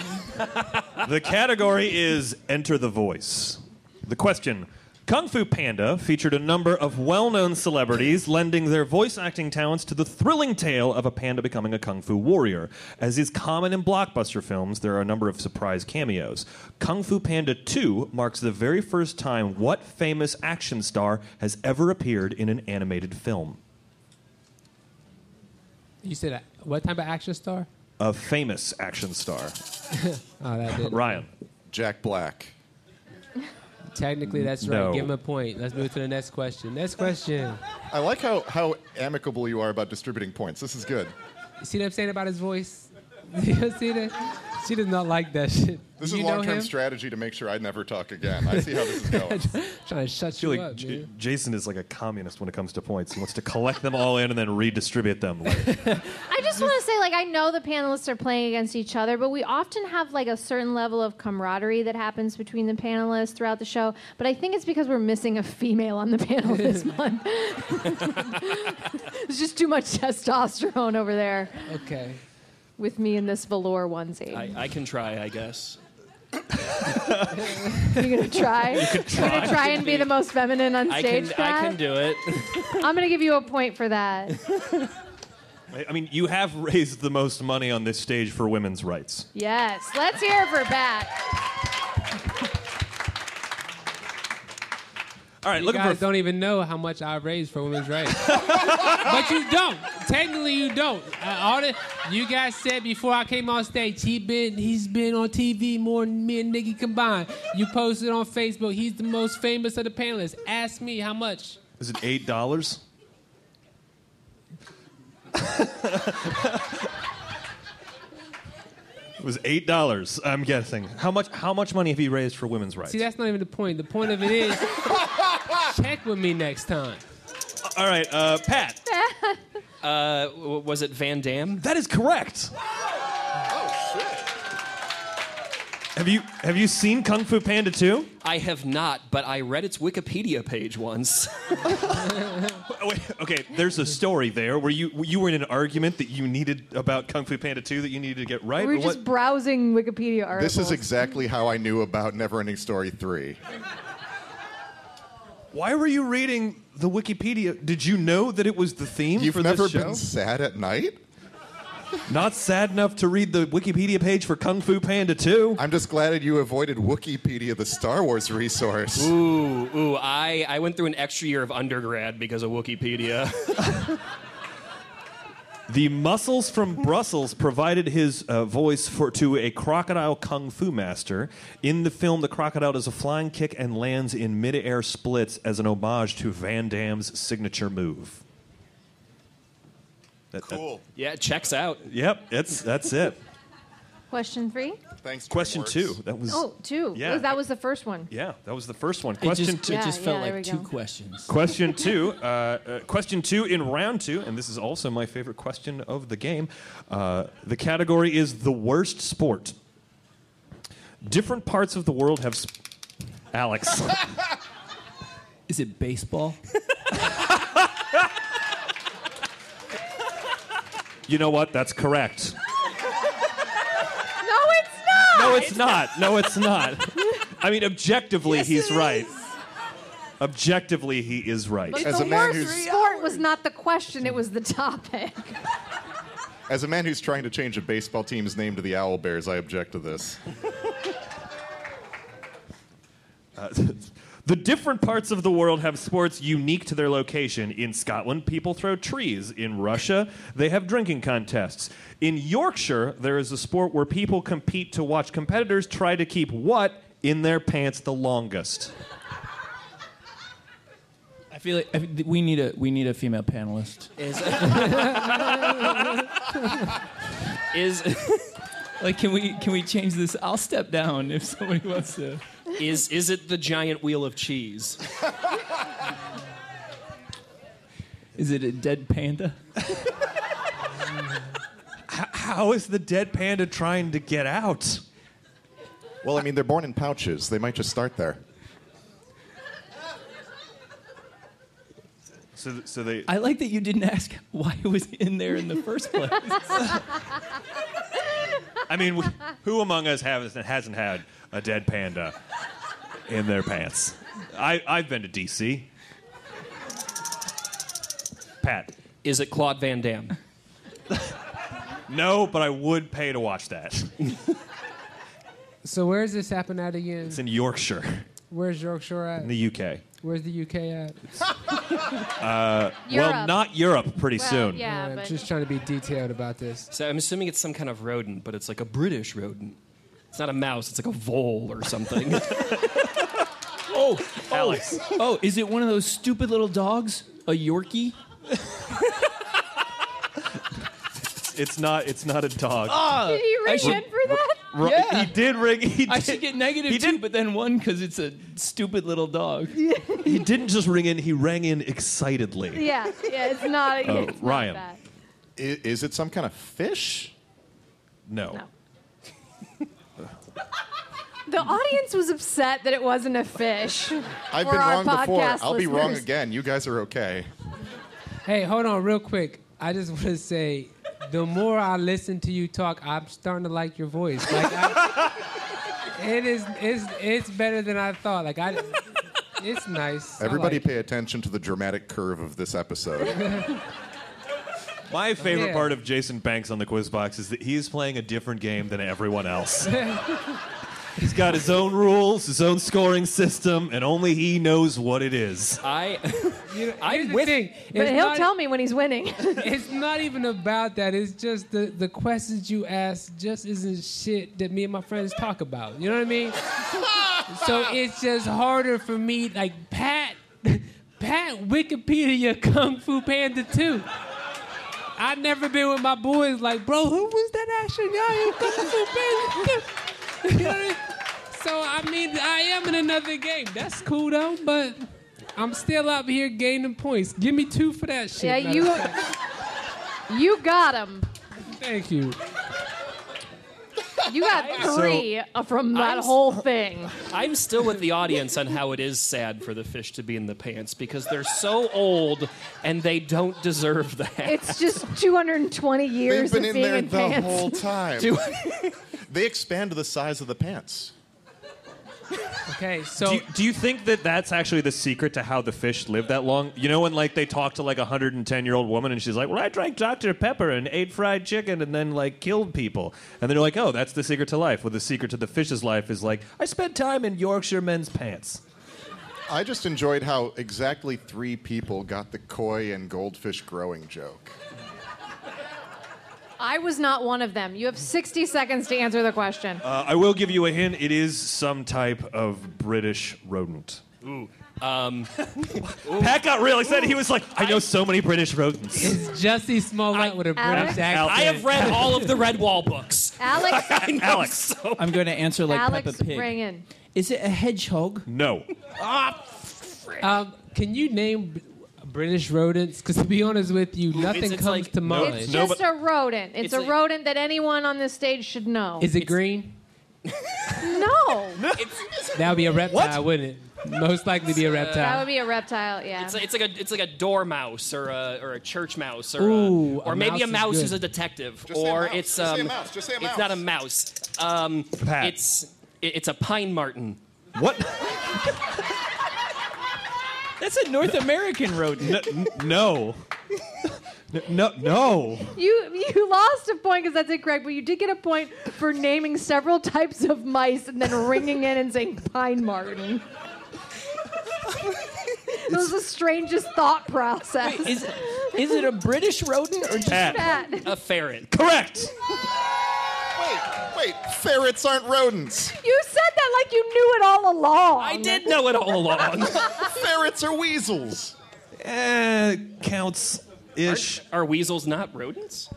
B: The category is Enter the Voice. The question Kung Fu Panda featured a number of well known celebrities lending their voice acting talents to the thrilling tale of a panda becoming a kung fu warrior. As is common in blockbuster films, there are a number of surprise cameos. Kung Fu Panda 2 marks the very first time what famous action star has ever appeared in an animated film?
A: You said uh, what type of action star?
B: A famous action star.
A: Oh, that did.
B: Ryan.
D: Jack Black.
A: Technically, that's
B: No.
A: right. Give him a point. Let's move to the next question. Next question.
D: I like how, how amicable you are about distributing points. This is good.
A: You see what I'm saying about his voice? you see that? She does not like that shit.
D: This
A: you
D: is
A: know
D: long term
A: him?
D: strategy to make sure I never talk again. I see how this is going.
A: Trying to shut
B: feel
A: you
B: like
A: up,
B: J-
A: dude.
B: Jason is like a communist when it comes to points. He wants to collect them all in and then redistribute them. later.
C: I just want to say, like, I know the panelists are playing against each other, but we often have like a certain level of camaraderie that happens between the panelists throughout the show. But I think it's because we're missing a female on the panel this month. There's just too much testosterone over there
A: Okay.
C: with me in this velour onesie.
G: I, I can try, I guess.
C: You're gonna try. You're gonna try and be the most feminine on
G: I
C: stage.
G: can, I can
C: Pat?
G: do it.
C: I'm gonna give you a point for that.
B: I- I mean, you have raised the most money on this stage for women's rights.
C: Yes, let's hear it for Pat.
B: All right,
A: You
B: looking
A: guys
B: for.
A: don't even know how much I raised for women's rights. but you don't. Technically, you don't. Uh, all the, you guys said before I came on stage, he been he's been on TV more than me and Nikki combined. You posted on Facebook, he's the most famous of the panelists. Ask me how much.
B: Is it eight dollars? it was eight dollars. I'm guessing. How much? How much money have you raised for women's rights?
A: See, that's not even the point. The point of it is, check with me next time.
B: All right, uh, Pat.
G: Uh, w- was it Van Dam?
B: That is correct.
D: Oh,
B: Have you have you seen Kung Fu Panda 2?
G: I have not, but I read its Wikipedia page once.
B: Oh, Wait, okay, there's a story there where you you were in an argument that you needed about Kung Fu Panda 2 that you needed to get right.
C: We were
B: or what-
C: just browsing Wikipedia articles.
D: This is exactly how I knew about Neverending Story 3.
B: Why were you reading the Wikipedia? Did you know that it was the theme
D: You've
B: for
D: never
B: this show?
D: been sad at night?
B: Not sad enough to read the Wikipedia page for Kung Fu Panda 2?
D: I'm just glad that you avoided Wikipedia, the Star Wars resource.
G: Ooh, ooh, I, I went through an extra year of undergrad because of Wikipedia.
B: The muscles from Brussels provided his uh, voice for to a crocodile kung fu master. In the film, the crocodile does a flying kick and lands in midair splits as an homage to Van Damme's signature move. That- that-
D: Cool.
G: yeah, it checks out.
B: yep, that's that's it.
C: Question three.
D: Thanks.
B: Question
D: DreamWorks.
B: two. That was
C: Oh, two.
B: Yeah.
C: Oh, that was the first one.
B: yeah, that was the first one.
E: It
B: Question
E: just,
B: two.
E: it just
C: Yeah,
E: felt
C: yeah, there
E: like
C: we
E: two
C: go.
E: questions.
B: Question two. Uh, uh, question two in round two, and this is also my favorite question of the game. Uh, the category is the worst sport. Different parts of the world have. Sp- Alex.
E: Is it baseball?
B: you know what? That's correct.
C: No, it's not.
B: No, it's not. No, it's not. I mean, objectively,
F: Yes,
B: he's
F: it
B: right.
F: is.
B: Objectively, he is right.
D: As
C: the
D: a man
C: worst
D: who's-
C: sport was not the question; it was the topic.
D: As a man who's trying to change a baseball team's name to the Owl Bears, I object to this.
B: Uh, The different parts of the world have sports unique to their location. In Scotland, people throw trees. In Russia, they have drinking contests. In Yorkshire, there is a sport where people compete to watch competitors try to keep what in their pants the longest.
E: I feel like I, we need a we need a female panelist.
G: Is, is,
E: Like, can we can we change this? I'll step down if somebody wants to.
G: is, is it the giant wheel of cheese?
E: Is it a dead panda?
B: How is the dead panda trying to get out?
D: Well, I mean, they're born in pouches. They might just start there.
B: So, so they.
E: I like that you didn't ask why it was in there in the first place.
B: I mean, we- who among us has, hasn't had a dead panda in their pants? I, I've been to DC. Pat.
G: Is it Claude Van Damme?
B: No, but I would pay to watch that.
A: So where does this happen at again?
B: It's in Yorkshire,
A: Where's Yorkshire
B: in
A: at?
B: the UK.
A: Where's the UK at?
C: Europe.
B: Well, not Europe pretty
C: Well,
B: soon.
C: Yeah,
A: I'm
C: but
A: just trying to be detailed about this.
G: So I'm assuming it's some kind of rodent, but it's like a British rodent. It's not a mouse, it's like a vole or something.
E: Oh,
B: Alex.
E: oh, is it one of those stupid little dogs? A Yorkie?
B: It's not it's not a dog.
C: did he
E: I
C: ring
E: should-
C: in for that?
B: Ro-
E: Ah, yeah.
B: He did ring he, did,
E: I should get negative
B: He
E: two,
B: did-
E: but then one because it's a stupid little dog.
B: he didn't just ring in, he rang in excitedly.
C: Yeah, yeah, it's not.
B: Oh,
C: it's not
B: Ryan.
C: that.
D: I- is it some kind of fish?
B: No.
C: No. The audience was upset that it wasn't a fish.
D: I've
C: For
D: been
C: our
D: wrong before.
C: podcast
D: I'll be wrong
C: listeners.
D: again. You guys are okay.
A: Hey, hold on real quick. I just want to say, the more I listen to you talk, I'm starting to like your voice. Like, I, it is, it's, it's better than I thought. Like, I, it's nice. I
D: Everybody
A: like it.
D: pay attention to the dramatic curve of this episode.
B: My favorite
A: Yeah.
B: part of Jason Banks on the quiz box is that he is playing a different game than everyone else. He's got his own rules, his own scoring system, and only he knows what it is.
G: I
A: Here's
G: I'm
A: the
G: with
A: thing.
C: But
A: It's
C: he'll
A: not-
C: tell me when he's winning.
A: It's not even about that. It's just the, the questions you ask just isn't shit that me and my friends talk about. You know what I mean? so it's just harder for me. Like Pat, Pat Wikipedia Kung Fu Panda 2. I've never been with my boys like, bro, who was that action guy in Kung Fu Panda 2? You know what I mean? So I mean, I am in another game. That's cool though, but I'm still up here gaining points. Give me two for that shit.
C: yeah,
A: matter of
C: you
A: fact.
C: you got him.
A: Thank you.
C: You got three uh, from that
G: I'm s-
C: whole thing.
G: I'm still with the audience on how it is sad for the fish to be in the pants because they're so old and they don't deserve that.
C: It's just 220 years
D: They've been
C: of
D: in
C: being
D: there
C: in
D: the
C: pants.
D: whole time.
G: Do-
D: they expand the size of the pants.
A: Okay, so
B: Do you, do you think that that's actually the secret to how the fish live that long? You know, when like they talk to like a 110 year old woman and she's like, "Well, I drank Dr Pepper and ate fried chicken and then like killed people," and they're like, "Oh, that's the secret to life." Well, the secret to the fish's life is like, I spent time in Yorkshire men's pants.
D: I just enjoyed how exactly three people got the koi and goldfish growing joke.
C: I was not one of them. You have 60 seconds to answer the question.
B: Uh, I will give you a hint. It is some type of British rodent. Ooh. Um, Pat got real excited. He was like, "I know so many British rodents."
A: it's Jussie Smollett with a British
C: Alex?
A: accent.
G: I have read all of the Redwall books.
C: Alex,
G: I know
B: Alex.
G: so
E: I'm going to answer like
C: Alex,
E: Peppa Pig.
C: bring in.
E: Is it a hedgehog?
B: No.
A: Um, can you name b- British rodents? Because to be honest with you, nothing
G: it's
A: comes
G: like-
A: to
B: No,
A: mind.
C: It's
B: No,
C: just
B: but-
C: a rodent. It's,
G: It's
C: a
G: like-
C: rodent that anyone on this stage should know.
A: Is it green?
C: no.
A: That would be a reptile, wouldn't it? Most likely be a
C: That
A: reptile.
C: would be a reptile, yeah.
G: It's, it's like a it's like a dormouse or a or a church mouse or
A: Ooh,
G: a, or
A: a
G: maybe a
A: mouse
G: mouse
A: is
G: who's a
A: good.
G: detective
D: Just say a
G: or
D: mouse.
G: it's
D: Just
G: um
D: say a mouse. Just say a
G: it's not a mouse. Um,
B: Pat.
G: it's it- it's a pine martin.
B: What?
E: That's a North American rodent.
B: N- n- no. N- No, no.
C: You you lost a point because that's incorrect, but you did get a point for naming several types of mice and then ringing in and saying pine martin. It was the strangest thought process.
E: Is, is it a British rodent or just
B: Pat.
C: Pat,
G: A ferret.
B: Correct.
D: Wait, wait, ferrets aren't rodents.
C: you said that like you knew it all along.
G: I did know it all along.
D: ferrets are weasels.
B: Eh, counts ish.
G: Are weasels not rodents?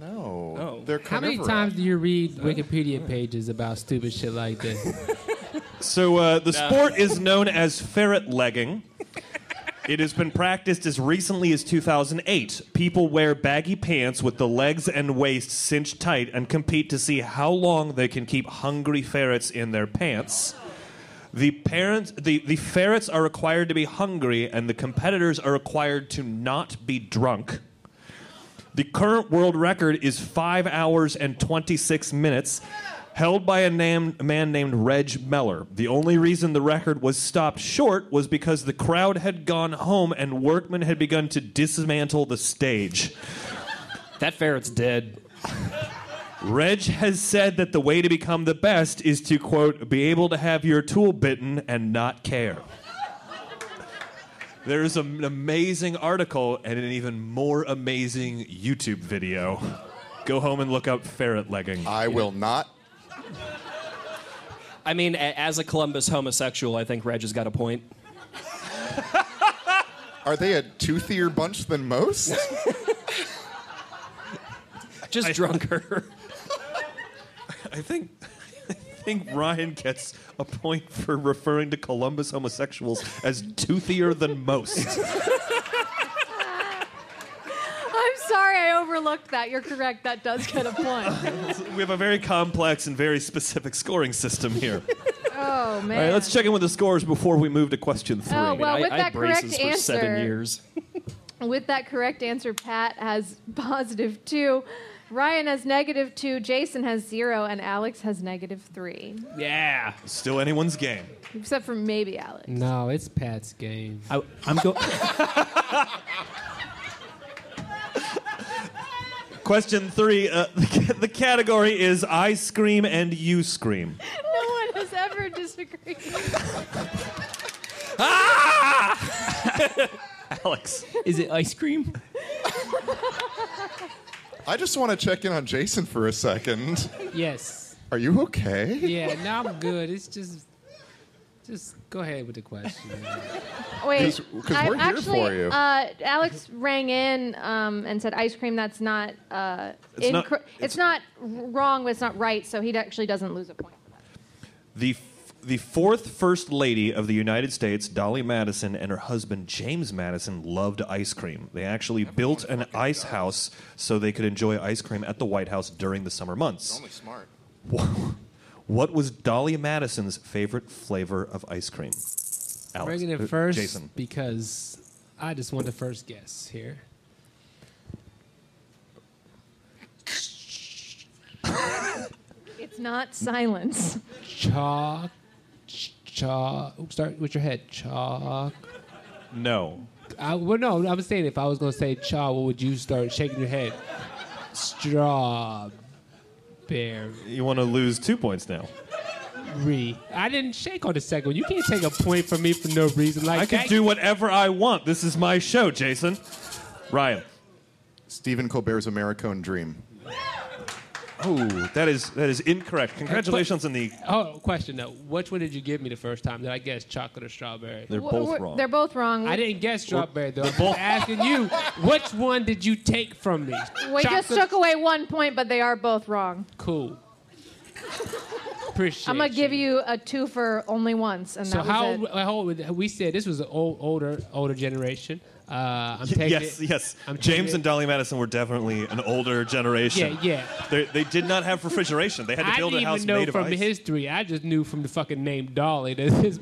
D: No,
G: Oh.
D: they're
A: How many
D: carnivora.
A: times do you read Wikipedia pages about stupid shit like this?
B: So uh, the sport is known as ferret legging. It has been practiced as recently as 2008. People wear baggy pants with the legs and waist cinched tight and compete to see how long they can keep hungry ferrets in their pants. The, parents, the, the ferrets are required to be hungry, and the competitors are required to not be drunk. The current world record is 5 hours and 26 minutes, held by a, nam- a man named Reg Meller. The only reason the record was stopped short was because the crowd had gone home and workmen had begun to dismantle the stage.
G: That ferret's dead.
B: Reg has said that the way to become the best is to, quote, be able to have your tool bitten and not care. There's an amazing article and an even more amazing YouTube video. Go home and look up ferret legging.
D: I will not.
G: I mean, a- as a Columbus homosexual, I think Reg has got a point.
D: Are they a toothier bunch than most?
G: Just drunker.
B: I think I think Ryan gets a point for referring to Columbus homosexuals as toothier than most.
C: I'm sorry, I overlooked that. You're correct. That does get a point.
B: we have a very complex and very specific scoring system here.
C: Oh man.
B: All right, let's check in with the scores before we move to question three.
C: Oh, well,
G: I,
C: with
G: I
C: that
G: had braces
C: correct
G: for seven
C: answer-
G: years.
C: With that correct answer, Pat has positive two. Ryan has negative two, Jason has zero, and Alex has negative three.
G: Yeah.
B: Still anyone's game.
C: Except for maybe Alex.
A: no, it's Pat's game.
E: I, I'm go-
B: Question three. Uh, the, ca- the category is I scream and you scream.
C: No one disagree.
B: Alex.
E: Is it ice cream?
D: I just want to check in on Jason for a second.
A: Yes.
D: Are you okay?
A: Yeah, now I'm good. It's just, just go ahead with the question.
C: Wait,
D: 'Cause- 'cause
C: I
D: we're here
C: actually,
D: for you.
C: Uh, Alex rang in um, and said ice cream. That's not. Uh,
B: It's not-
C: incor- it's not wrong, but it's not right. So he actually doesn't lose a point. for that.
B: The, f- the fourth First Lady of the United States, Dolly Madison, and her husband, James Madison, loved ice cream. They actually built an ice house so they could enjoy ice cream at the White House during the summer months.
D: Only smart.
B: What was Dolly Madison's favorite flavor of ice cream? Alex.
A: Bringing
B: uh,
A: it first
B: Jason.
A: because I just want the first guess here.
C: It's not silence.
A: Chalk, ch- chalk. Oops, start with your head. Chalk.
B: No.
A: I, well, no, I was saying if I was gonna say chaw, what would you start shaking your head? Strawberry.
B: You want to lose two points now.
A: I didn't shake on the second one. You can't take a point from me for no reason. Like
B: I can
A: that-
B: do whatever I want. This is my show, Jason. Ryan.
D: Stephen Colbert's Americone Dream.
B: Oh, that is that is incorrect. Congratulations on the.
A: Oh, question though. Which one did you give me the first time? Did I guess chocolate or strawberry?
B: They're
C: Wh-
B: both
C: wh-
B: wrong.
C: They're both wrong.
A: I didn't guess strawberry though. I'm just
B: both-
A: asking you, which one did you take from me?
C: we just
A: Chocolate-
C: took away one point, but they are both wrong.
A: Cool. Appreciate.
C: I'm gonna give
A: you.
C: you a two for only once, and
A: So
C: that
A: how
C: was it.
A: how old would- we said this was an old, older older generation. Uh, I'm taking
B: yes,
A: it-
B: yes.
A: I'm taking
B: James
A: it-
B: and Dolly Madison were definitely an older generation.
A: Yeah, yeah.
B: They, they did not have refrigeration. They had to
A: I
B: build
A: didn't
B: a house
A: even know
B: made of
A: from
B: ice.
A: history. I just knew from the fucking name Dolly that this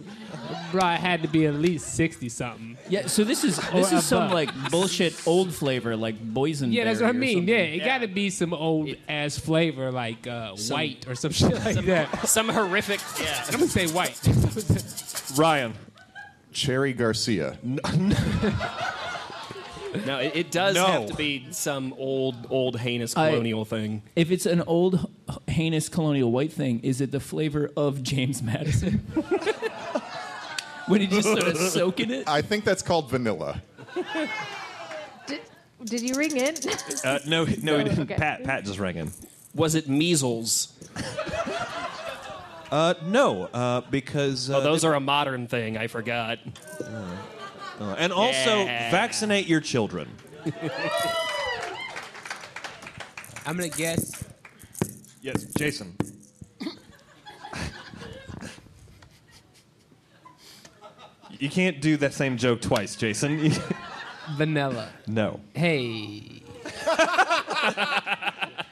A: bra had to be at least sixty something.
E: Yeah. So this is this
A: Or a
E: is some
A: bug.
E: like bullshit old flavor like boysenberry.
A: Yeah, that's what I
E: or
A: mean.
E: something.
A: Yeah, it got to be some old ass flavor like uh,
G: Some-
A: white or some shit like that.
G: Some horrific. Yeah.
A: I'm gonna say white.
B: Ryan.
D: Cherry Garcia.
G: No, it, it does
B: No.
G: have to be some old, old heinous
E: I-
G: colonial thing.
E: If it's an old h- heinous colonial white thing, is it the flavor of James Madison? when he just sort of soak in it.
D: I think that's called vanilla.
C: Did, did you ring in?
B: Uh, no, no, he
C: No,
B: didn't.
C: okay.
B: Pat, Pat just rang in.
G: Was it measles?
B: Uh, no, uh, because uh,
G: Oh, those are a modern thing. I forgot.
B: uh, and also
G: Yeah.
B: vaccinate your children.
A: I'm gonna guess.
B: Yes, Jason. you can't do that same joke twice, Jason.
A: Vanilla.
B: no.
A: Hey.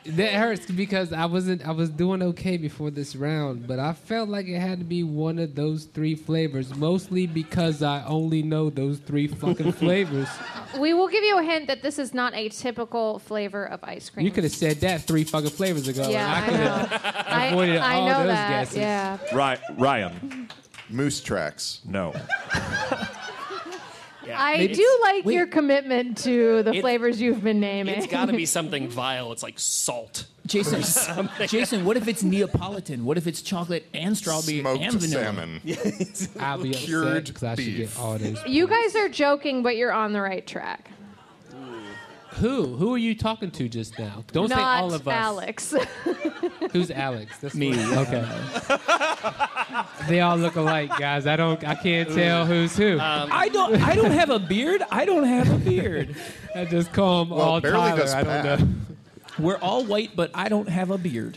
A: that hurts because I wasn't I was doing okay before this round, but I felt like it had to be one of those three flavors, mostly because I only know those three fucking flavors.
C: we will give you a hint that this is not a typical flavor of ice cream.
A: You could have said that three fucking flavors ago. and
C: Yeah,
A: I
C: I
A: could have
C: know. I,
A: avoided
C: I
A: all
C: know
A: those
C: that.
A: guesses.
C: Yeah.
B: Ry- Ryan.
D: Moose tracks.
B: No.
C: I
E: It's-
C: do like
E: wait.
C: your commitment to the
G: It's-
C: flavors you've been naming.
G: It's got to be something vile. It's like salt.
E: Jason, Jason, what if it's Neapolitan? What if it's chocolate and strawberry
D: Smoked
E: and vanilla?
D: salmon.
A: I'll be upset
D: Cured
A: because I should
D: beef.
A: get all those.
C: you guys are joking, but you're on the right track.
A: Who? Who are you talking to just now? Don't say
C: Not
A: all of us.
C: Alex.
A: Who's Alex? That's
E: Me.
A: what- Okay. they all look alike, guys. I don't. I can't
D: Uh,
A: tell who's who.
E: I don't. I don't have a beard. I don't have a beard.
A: I just call them all
D: barely
A: Tyler.
D: does
A: I don't
D: Pat.
A: know.
E: We're all white, but I don't have a beard.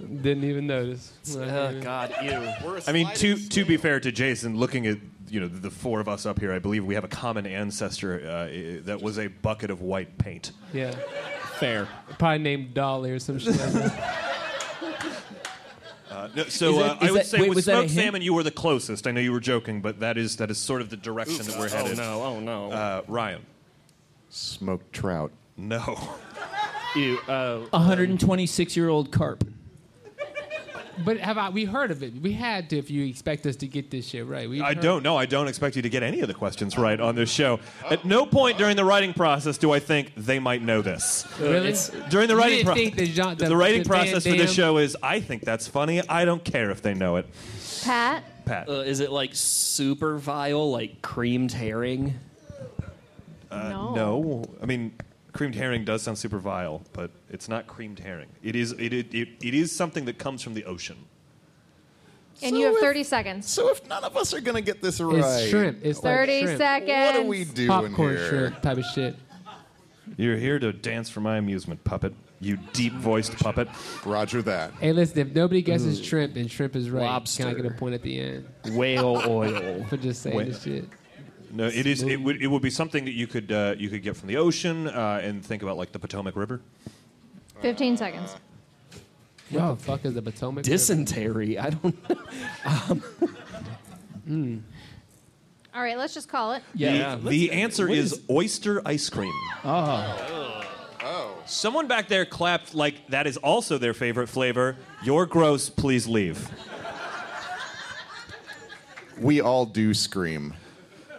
A: Didn't even notice.
E: Uh-huh.
G: Oh God, ew.
B: I mean, to to be fair to Jason, looking at you know the four of us up here, I believe we have a common ancestor uh, i- that was a bucket of white paint.
A: Yeah.
E: Fair.
A: Probably named Dolly or some shit. like that.
B: Uh, no, so
E: Is
B: uh,
E: that-
B: I
E: is
B: would
E: that-
B: say
E: wait,
B: with
E: was that a
B: smoked
E: hint?
B: salmon, you were the closest. I know you were joking, but that is that is sort of the direction that we're
G: Oh
B: headed.
G: no! Oh no!
B: Uh, Ryan.
D: Smoked trout.
B: No.
G: ew. Oh.
E: A 126 year old carp.
A: But have I, we heard of it? We had to if you expect us to get this shit right. We
B: I don't know. I don't expect you to get any of the questions right on this show. At no point during the writing process do I think they might know this.
A: Really?
G: It's-
B: During the
A: You
B: writing
A: didn't
B: pro-
A: think that Jean-
B: the,
A: that-
B: writing
A: that Van
B: process for this
A: Damme-
B: show is I think that's funny. I don't care if they know it.
C: Pat,
B: Pat.
G: Uh, is it like super vile, like creamed herring?
C: no.
B: No,
A: oh.
B: I mean creamed herring does sound super vile, but it's not creamed herring. It is it it, it, it is something that comes from the ocean.
C: And
D: So
C: you have
D: if-
C: 30 seconds.
D: So if none of us are gonna get this right,
A: It's shrimp. It's like
C: 30
A: shrimp.
C: seconds.
D: what are we doing
A: Popcorn
D: here?
A: shrimp type of shit.
B: You're here to dance for my amusement, puppet. You deep-voiced puppet.
D: Roger that.
A: Hey, listen, if nobody guesses shrimp and shrimp is right,
G: Lobster.
A: can I get a point at the end
G: Whale oil.
A: for just saying
B: Wait.
A: this shit?
B: No, it is. It would. It would be something that you could uh, you could get from the ocean uh, and think about like the Potomac River.
C: 15 seconds.
A: What the fuck is the Potomac?
G: Dysentery. I don't.
C: All right, let's just call it.
E: Yeah.
B: the the answer
E: what
B: is,
E: is-
B: oyster ice cream.
E: Oh,
B: Someone back there clapped like that is also their favorite flavor. You're gross. Please leave.
D: We all do scream.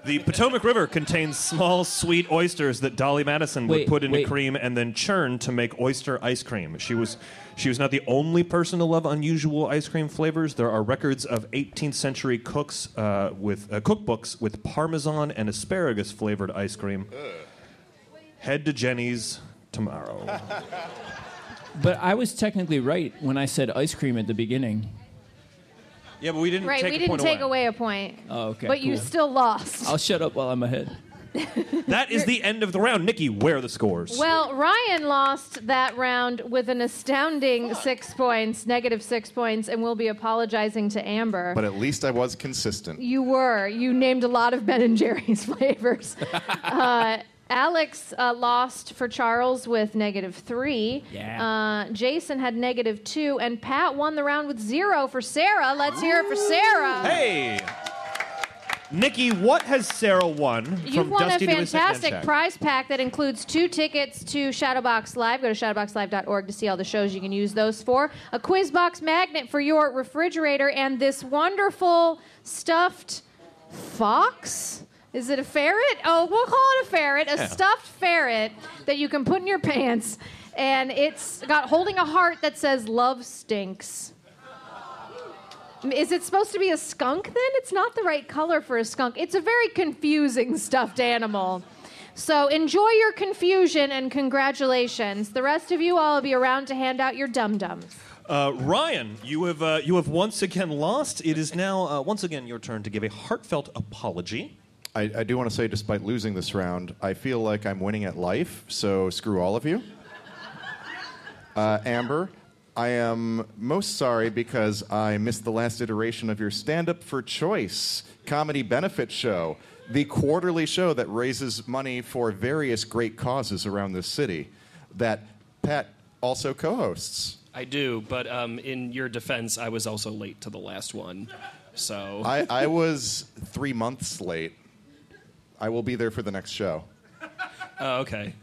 B: The Potomac River contains small, sweet oysters that Dolly Madison would
E: Wait,
B: put into
E: wait.
B: cream and then churn to make oyster ice cream. She was, she was not the only person to love unusual ice cream flavors. There are records of 18th century cooks uh, with uh, cookbooks with Parmesan and asparagus flavored ice cream. Head to Jenny's tomorrow.
E: but I was technically right when I said ice cream at the beginning.
B: yeah, but we didn't
C: Right,
B: take
C: we
B: a
C: didn't
B: point
C: take away. a point.
E: Oh, okay,
C: But you
E: cool.
C: still lost.
E: I'll shut up while I'm ahead.
B: That is the end of the round. Nikki, where are the scores?
C: Well, Ryan lost that round with an astounding six points, negative six points, and will be apologizing to Amber.
D: But at least I was consistent.
C: you were. You named a lot of Ben and Jerry's flavors. uh, Alex uh, lost for Charles with negative three.
E: Yeah.
C: Uh, Jason had negative two, and Pat won the round with zero for Sarah. Let's hear it for Sarah.
B: Hey! Nikki, what has Sarah won
C: You've
B: from
C: won
B: Dusty
C: a fantastic
B: to Isaac Nemchak?
C: prize pack that includes two tickets to Shadowbox Live. Go to shadowboxlive.org to see all the shows you can use those for. A quiz box magnet for your refrigerator and this wonderful stuffed fox. Is it a ferret? Oh, we'll call it a ferret, a stuffed ferret that you can put in your pants. And it's got holding a heart that says love stinks. Is it supposed to be a skunk then? It's not the right color for a skunk. It's a very confusing stuffed animal. So enjoy your confusion and congratulations. The rest of you all will be around to hand out your dum dums.
B: Uh, Ryan, you have uh, you have once again lost. It is now uh, once again your turn to give a heartfelt apology.
D: I, I do want to say, despite losing this round, I feel like I'm winning at life, so screw all of you. Uh, Amber, I am most sorry because I missed the last iteration of your Stand Up for Choice comedy benefit show, the quarterly show that raises money for various great causes around this city that Pat also co hosts.
G: I do, but um, in your defense, I was also late to the last one. So
D: I, I was three months late. I will be there for the next show.
G: Oh, okay.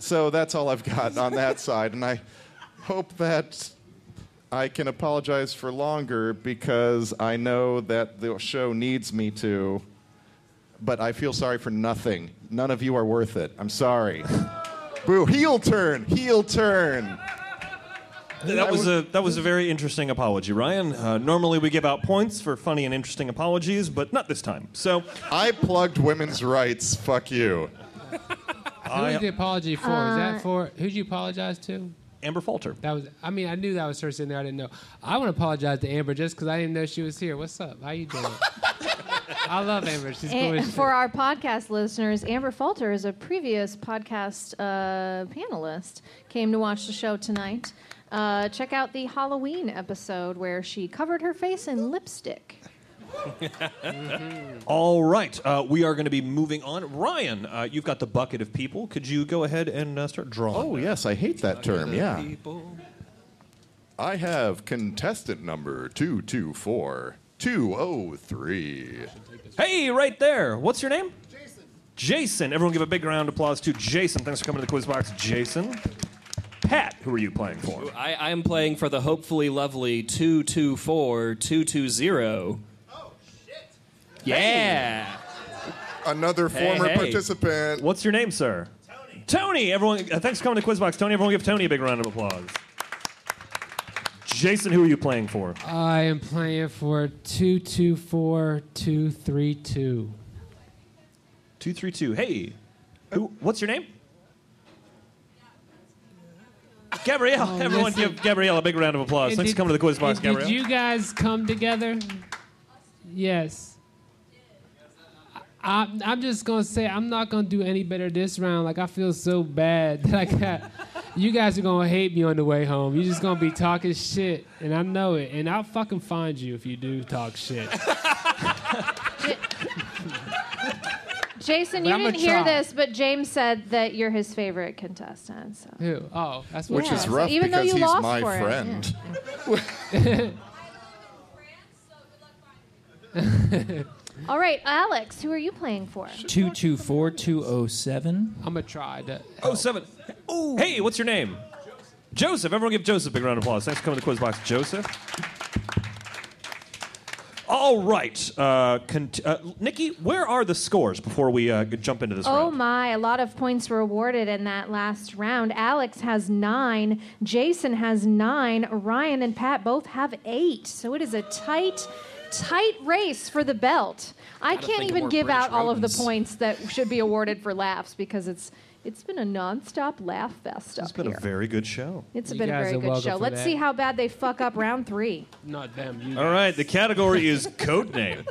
D: So that's all I've got on that side, and I hope that I can apologize for longer because I know that the show needs me to. But I feel sorry for nothing. None of you are worth it. I'm sorry. Boo! Heel turn. Heel turn.
B: Th- That was a that was a very interesting apology, Ryan. Uh, normally we give out points for funny and interesting apologies, but not this time. So
D: I plugged women's rights. Fuck you.
A: Who was the apology for? was
C: Uh,
A: that for who'd you apologize to?
B: Amber Falter.
A: That was. I mean, I knew that was her sitting there. I didn't know. I want to apologize to Amber just because I didn't know she was here. What's up? How you doing? I love Amber. She's cool.
C: And
A: as
C: for
A: shit.
C: our podcast listeners, Amber Falter is a previous podcast uh, panelist, came to watch the show tonight. Uh, check out the Halloween episode where she covered her face in lipstick.
B: All right, uh, we are going to be moving on. Ryan, uh, you've got the bucket of people. Could you go ahead and uh, start drawing?
D: Oh yes, I hate that term. Yeah. I have contestant number two two four two oh three.
B: Hey, right there. What's your name? Jason. Jason. Everyone give a big round of applause to Jason. Thanks for coming to the quiz box, Jason. Pat, who are you playing for?
G: I, I'm playing for the hopefully lovely 224 220.
E: Oh,
G: Yeah.
F: Another
G: Hey,
F: former
G: hey.
F: participant.
B: What's your name, sir? Tony. Tony, everyone, uh, thanks for coming to Quizbox. Tony, everyone give Tony a big round of applause. Jason, who are you playing for?
A: I am playing for 224232.
B: 232. Hey, who, what's your name? Gabrielle.
A: Oh,
B: everyone
A: listen.
B: give Gabrielle a big round of applause.
A: And
B: thanks
A: did-
B: for coming to the Quizbox,
A: and
B: Gabrielle.
A: Did you guys come together? Yes. I, I'm- I'm just gonna say I'm not gonna do any better this round. Like I feel so bad that I got. You guys are gonna hate me on the way home. You're just gonna be talking shit, and I know it. And I'll fucking find you if you do talk shit.
C: Jason,
A: But
C: you
A: I'ma
C: didn't hear
A: try.
C: this, but James said that you're his favorite contestant. So.
A: Who? Oh, that's what.
D: Which
C: Yeah,
D: is
C: so
D: rough
C: even though
D: because
C: you
D: he's
C: lost
D: my
C: for it,
D: friend.
C: All right, Alex, who are you playing for?
E: 224207.
A: I'm gonna try that.
B: Oh, seven. Hey, what's your name? Joseph. Everyone give Joseph a big round of applause. Thanks for coming to the Quizbox, Joseph. All right. Uh, cont- uh, Nikki, where are the scores before we uh, jump into this
C: Oh
B: round?
C: my, a lot of points were awarded in that last round. Alex has nine, Jason has nine, Ryan and Pat both have eight. So it is a tight, tight race for the belt. I can't
G: think of
C: even
G: more
C: give
G: British
C: out all of the
G: rodents.
C: points that should be awarded for laughs because it's it's been a nonstop laugh fest
B: It's
C: up
B: been
C: here.
B: a very good show.
C: it's
A: You
C: been a
A: guys
C: very
A: are
C: good
A: welcome
C: show.
A: for
C: Let's
A: that.
C: see how bad they fuck up round three.
A: Not them. You.
B: All right, the category is code name.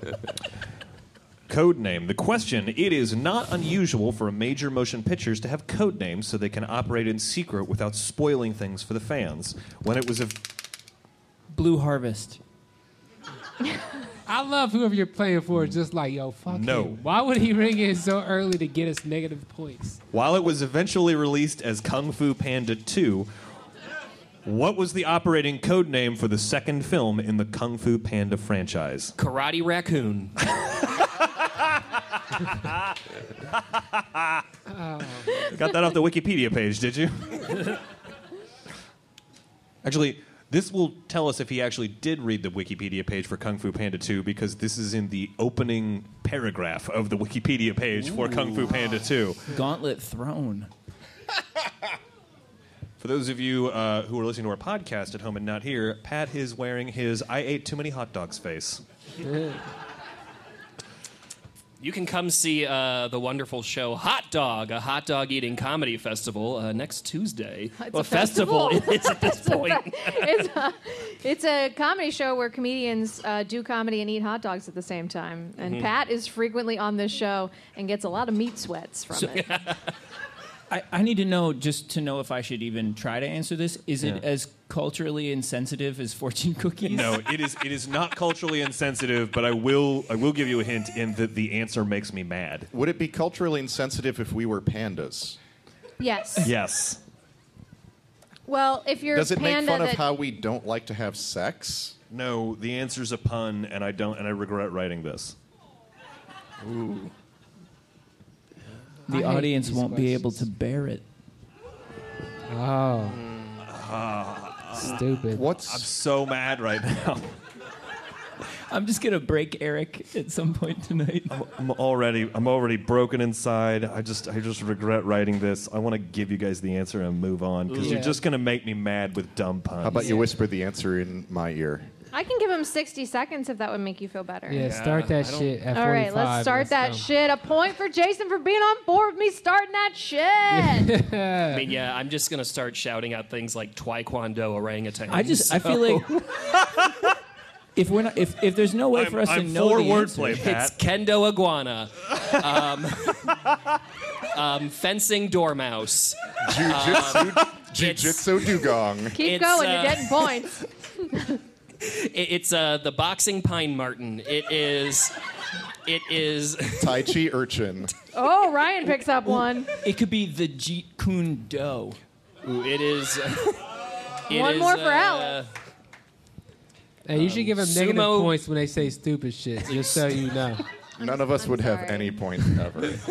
B: Code name. The question: It is not unusual for major motion pictures to have code names so they can operate in secret without spoiling things for the fans. When it was a
E: Blue Harvest.
A: I love whoever you're playing for. is Just like yo, fuck.
B: No.
A: him. Why would he ring in so early to get us negative points?
B: While it was eventually released as Kung Fu Panda 2, what was the operating code name for the second film in the Kung Fu Panda franchise?
G: Karate Raccoon.
B: Got that off the Wikipedia page, did you? actually, this will tell us if he actually did read the Wikipedia page for Kung Fu Panda 2 because this is in the opening paragraph of the Wikipedia page for Kung Fu Panda 2.
E: Gauntlet Throne.
B: For those of you uh, who are listening to our podcast at home and not here, Pat is wearing his I ate too many hot dogs face.
G: You can come see uh, the wonderful show Hot Dog, a hot dog eating comedy festival, uh, next Tuesday.
C: It's
G: Well,
C: a festival.
G: it is at this point.
C: it's, a, it's a comedy show where comedians uh, do comedy and eat hot dogs at the same time. And
A: Mm-hmm.
C: Pat is frequently on this show and gets a lot of meat sweats from it.
E: I, I need to know just to know if I should even try to answer this. Is it as culturally insensitive as fortune cookies?
B: No, it is it is not culturally insensitive, but I will I will give you a hint in that the answer makes me mad.
D: Would it be culturally insensitive if we were pandas?
C: Yes.
B: Yes.
C: Well, if you're
D: Does
C: a
D: it make
C: panda
D: fun of
C: that-
D: how we don't like to have sex?
B: No, the answer's a pun and I don't and I regret writing this.
A: I
E: The
A: hate
E: audience
A: these
E: won't be able to
A: questions.
E: bear it.
A: Oh. Stupid.
B: I'm
D: What's
B: so mad right now.
E: I'm just gonna break Eric at some point tonight.
B: I'm already I'm already broken inside. I just I just regret writing this. I want to give you guys the answer and move on because you're
A: Yeah.
B: just gonna make me mad with dumb puns.
D: how about you whisper the answer in my ear?
C: I can give him 60 seconds if that would make you feel better.
A: Yeah, start that shit at 45.
C: All right, let's start that
A: go.
C: shit. A point for Jason for being on board with me starting that shit.
G: I mean, yeah, I'm just going to start shouting out things like Taekwondo orangutan. Oh,
E: I just I feel like if we're not if, if there's no way
B: I'm,
E: for us
B: I'm
E: to know
B: for
E: the
B: wordplay,
E: answer,
B: Pat.
G: It's Kendo Iguana, um, um, Fencing Dormouse.
B: Um,
D: Jujitsu,
G: it's-
D: jujitsu dugong.
C: Keep
G: It's,
C: going, you're
G: uh,
C: getting points.
G: It, it's uh, the boxing pine martin. It is. It is.
D: Tai Chi urchin.
C: Oh, Ryan picks up one.
E: it could be the Jeet Kune Do.
G: Ooh, it is. it
C: One
G: is,
C: more for
G: uh,
C: Alex.
A: Hey, you should give them negative
G: Sumo-
A: points when they say stupid shit, just so you know.
D: None of us
C: I'm
D: would have
C: sorry.
D: any points ever.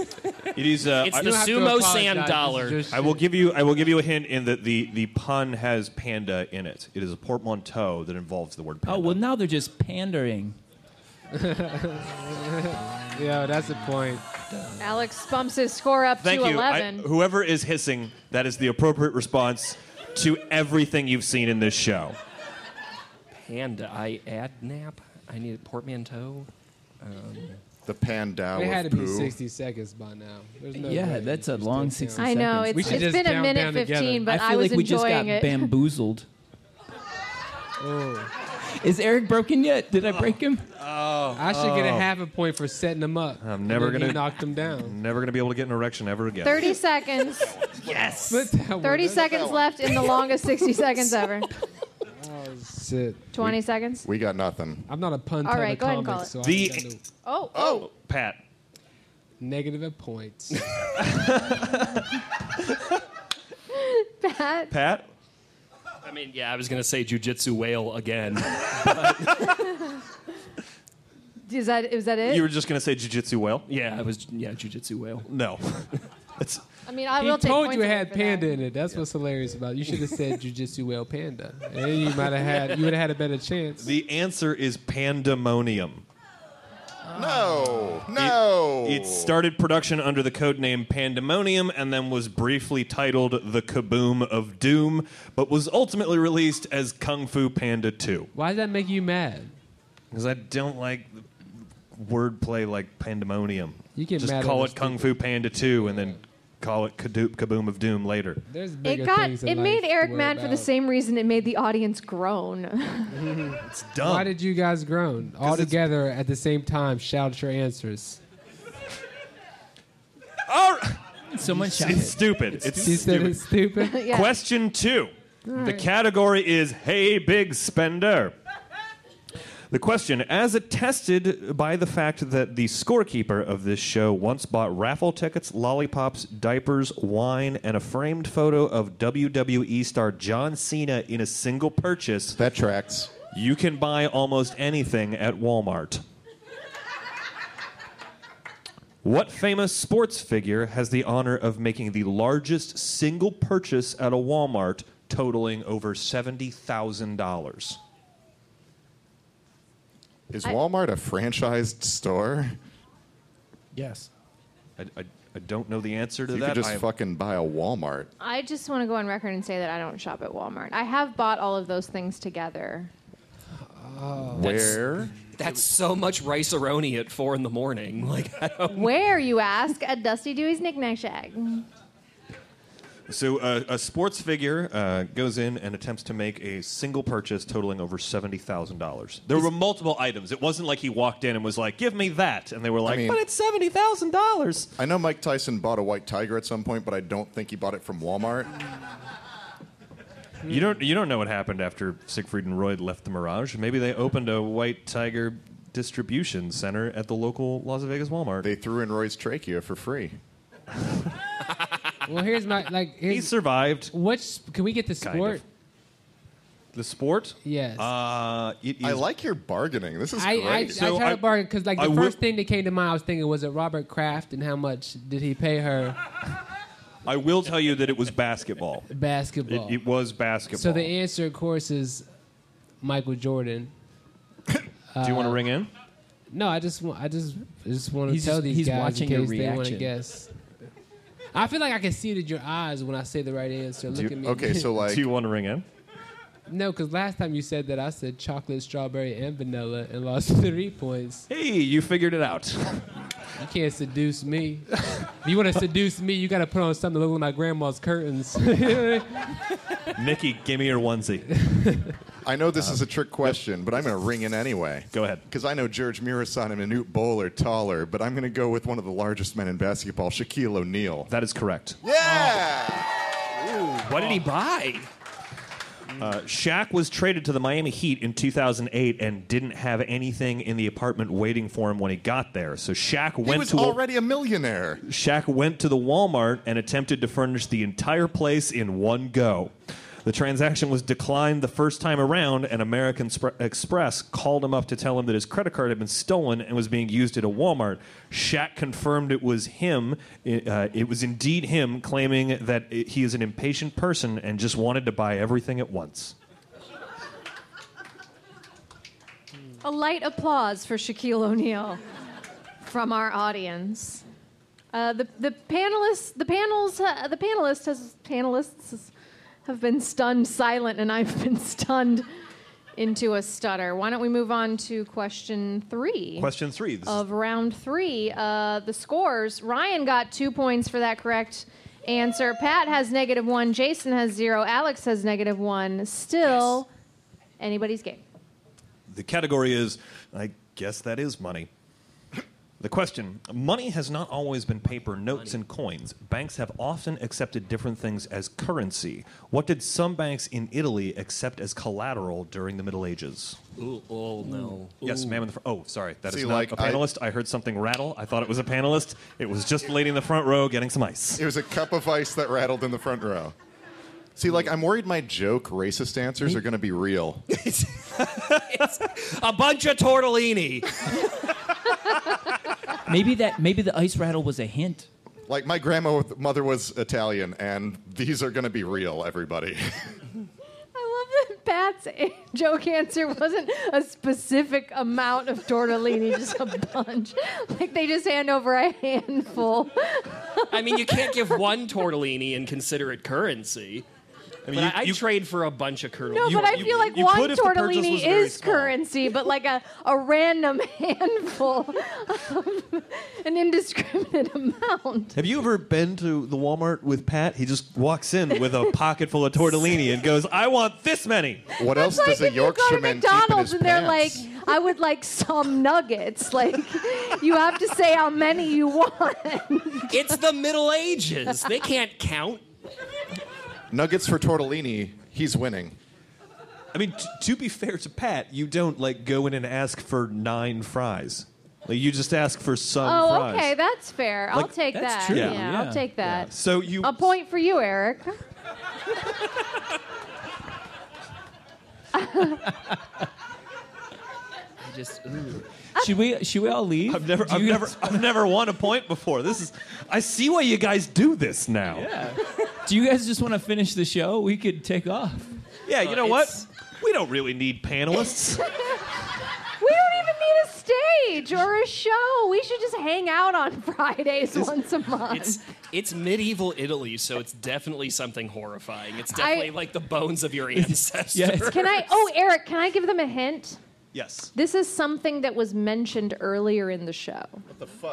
B: It is. Uh,
G: It's
B: I-
G: the
A: don't have to
G: sumo
A: apologize.
G: Sam
A: This is
G: dollar.
A: just
B: I will give you. I will give you a hint in that the the pun has panda in it. It is a portmanteau that involves the word panda.
E: Oh well, now they're just pandering.
A: Yeah, that's the point.
C: Alex bumps his score up
B: Thank
C: to
B: you. I-
C: 11.
B: whoever is hissing, that is the appropriate response to everything you've seen in this show.
G: And I add nap. I need a portmanteau.
D: The pandow
A: It had to
D: of
A: be
D: poo.
A: 60 seconds by now. There's no
E: yeah,
A: way.
E: that's a
A: Just
E: long
A: don't
E: sixty
A: count.
C: I know.
E: seconds.
A: We
C: It's,
A: should
C: it's
A: just
C: been a
A: down,
C: minute
A: down together.
C: 15, but
E: I
C: I,
E: feel
C: was
E: like we just got
C: enjoying it.
E: bamboozled.
A: Oh.
E: Is Eric broken yet? Did I break him?
A: I should get a half a point for setting them up.
B: I'm never
A: And then
B: gonna-
A: you knocked them down.
B: I'm never going to be able to get an erection ever again.
C: 30 seconds.
A: Split that one.
C: 30
A: That's
C: seconds left in the longest 60 seconds ever.
A: it.
C: 20 seconds.
D: We got nothing.
A: I'm not a pun.
C: All
A: teller
C: right, go ahead and
A: comic,
C: call
A: so I
B: The-
A: ain't got no
C: Oh, oh.
B: Pat.
A: negative at points.
C: Pat.
B: Pat.
G: I mean, yeah, I was gonna say jujitsu whale again.
C: Is that, is that it?
B: You were just going to say jujitsu whale.
G: yeah, I was. Yeah, jujitsu whale.
B: No. That's,
C: I mean, I
A: he
C: will take
A: told
C: points
A: you it
C: away
A: had
C: for that.
A: panda in it. That's what's hilarious about. it. You should have said jujitsu whale panda, and you might have had you would have had a better chance.
B: the answer is pandemonium.
D: No, no.
B: It started production under the code name Pandemonium and then was briefly titled The Kaboom of Doom, but was ultimately released as Kung Fu Panda 2.
A: Why does that make you mad?
B: Because I don't like wordplay like pandemonium.
A: You get
B: Just
A: mad
B: call
A: over
B: it Kung Fu Panda 2 and then call it Kadoo- Kaboom of Doom later.
A: There's bigger
C: It got.
A: things in
C: It
A: life
C: made
A: to
C: Eric
A: worry
C: mad for the
A: about.
C: same reason it made the audience groan.
B: It's dumb.
A: Why did you guys groan all
B: it's-
A: together at the same time? Shout out your answers.
B: All right.
E: Someone shot
B: It's
E: it.
B: stupid. It's
A: She said
B: stupid.
A: it's stupid.
C: yeah.
B: Question two. The category is Hey Big Spender. The question, as attested by the fact that the scorekeeper of this show once bought raffle tickets, lollipops, diapers, wine, and a framed photo of WWE star John Cena in a single purchase,
D: that tracks.
B: you can buy almost anything at Walmart. What famous sports figure has the honor of making the largest single purchase at a Walmart totaling over $70,000?
D: Is
C: I-
D: Walmart a franchised store?
E: Yes.
B: I, I, I don't know the answer to
D: You
B: that.
D: could just
B: I-
D: fucking buy a Walmart.
C: I just want to go on record and say that I don't shop at Walmart. I have bought all of those things together.
D: Where?
G: That's so much rice aroni at four in the morning. Like, I don't-
C: Where, you ask, at Dusty Dewey's Knickknack Shack.
B: so uh, a sports figure uh, goes in and attempts to make a single purchase totaling over $70,000. There were multiple items. It wasn't like he walked in and was like, give me that. And they were like,
D: mean-
B: but it's $70,000.
D: I know Mike Tyson bought a white tiger at some point, but I don't think he bought it from Walmart.
B: You
A: Mm.
B: don't you don't know what happened after Siegfried and Roy left the Mirage. Maybe they opened a White Tiger distribution center at the local Las Vegas Walmart.
D: They threw in Roy's trachea for free.
A: Well, here's my like.
B: he
A: Here's,
B: survived
A: what's can we get the sport?
B: Kind of. the sport.
A: Yes.
B: Uh, it is,
D: I like your bargaining. This is
A: I,
D: great.
A: I, I
B: So
A: tried to
B: I-
A: bargain because like the
B: I will-
A: first thing that came to mind, I was thinking was it Robert Kraft and how much did he pay her
B: I will tell you that it was basketball. It,
A: basketball?
B: it was basketball.
A: so the answer, of course, is Michael Jordan.
B: Do you
A: uh,
B: want to ring in?
A: No, I just want I just I just want to
E: He's
A: tell
E: just-
A: these
E: he's
A: guys in
E: watching your
A: case they want to
E: reaction.
A: guess. I feel like I can see it in your eyes when I say the right answer. Look at me.
D: okay, so like
B: Do you want to ring in?
A: no, because last time you said that I said chocolate, strawberry, and vanilla and lost three points.
B: Hey, you figured it out.
A: You can't seduce me. if you want to seduce me, you got to put on something that look like my grandma's curtains.
B: Nikki, give me your onesie.
D: I know this is a trick question, but I'm going to ring in anyway.
B: Uh, Go ahead.
D: Because I know George Mirasan and Manute Bowl are taller, but I'm going to go with one of the largest men in basketball, Shaquille O'Neal.
B: That is correct. Oh,
D: Yeah!
G: what did he buy?
B: Uh, Shaq was traded to the Miami Heat in 2008 and didn't have anything in the apartment waiting for him when he got there. So Shaq
D: He
B: went
D: was
B: to a-
D: already a millionaire.
B: Shaq went to the Walmart and attempted to furnish the entire place in one go. The transaction was declined the first time around, and American Spre- Express called him up to tell him that his credit card had been stolen and was being used at a Walmart. Shat confirmed it was him. It, uh, it was indeed him, claiming that it- he is an impatient person and just wanted to buy everything at once.
C: A light applause for Shaquille O'Neal from our audience. Uh, the the panelists the panels uh, the panelists has panelists have been stunned silent, and I've been stunned into a stutter. Why don't we move on to question three?
B: Question three. This is
C: of round three. Uh, the scores Ryan got two points for that correct answer. Pat has negative one. Jason has zero. Alex has negative one. Still, anybody's game.
B: The category is, I guess that is money. The question Money has not always been paper notes and coins. Banks have often accepted different things as currency. What did some banks in Italy accept as collateral during the Middle Ages?
G: Ooh, oh no.
B: Yes, ma'am. In the fr- oh, sorry. that is
D: See,
B: not
D: like,
B: a
D: I-
B: panelist. I, heard something rattle. I thought it was a panelist. It was just a lady in the front row getting some ice.
D: It was a cup of ice that rattled in the front row. See, like, I'm worried my joke racist answers are going to be real.
G: A bunch of tortellini.
E: Maybe that. Maybe the ice rattle was a hint.
D: like, my grandmother was Italian, and these are going to be real, everybody.
C: I love that Pat's joke answer wasn't a specific amount of tortellini, just a bunch. Like they just hand over a handful.
G: I mean, you can't give one tortellini and consider it currency. I mean,
B: you-
G: I,
B: you-
G: trade for a bunch of currency.
C: No,
B: You-
C: but I
B: you-
C: feel like
B: you
C: one
B: could if the purchase
C: tortellini
B: was very
C: is
B: small.
C: currency, but like a, a random handful, an indiscriminate amount.
B: Have you ever been to the Walmart with Pat? He just walks in with a pocket full of tortellini and goes, I want this many.
D: What else
C: It's
D: does
C: like
D: a
C: if you go to
D: Yorkshireman keep in
C: McDonald's
D: his
C: and they're
D: pants?
C: like, I would like some nuggets. Like, you have to say how many you want.
G: It's the Middle Ages. They can't count.
D: Nuggets for tortellini, he's winning.
B: I mean, t- to be fair to Pat, you don't like go in and ask for nine fries. Like you just ask for some
C: Oh,
B: fries.
C: okay, that's fair. I'll
B: Like,
C: take
E: that's
C: that.
E: true,
C: Yeah,
E: yeah.
C: I'll take that.
B: So you
C: A point for you, Eric.
E: Just. Should we? Should we all leave?
B: I've never,
E: Do
B: I've
E: you-
B: never, I've never won a point before. This is. I see why you guys do this now.
E: Yeah. Do you guys just want to finish the show? We could take off.
B: Yeah, you know
G: Uh,
B: what?
G: it's-
B: We don't really need panelists.
C: We don't even need a stage or a show. We should just hang out on Fridays once a month.
G: It's it's medieval Italy, so it's definitely something horrifying. It's definitely like the bones of your ancestors.
E: Yeah, it's-
C: Can I? Oh, Eric, can I give them a hint?
B: yes.
C: This is something that was mentioned earlier in the show.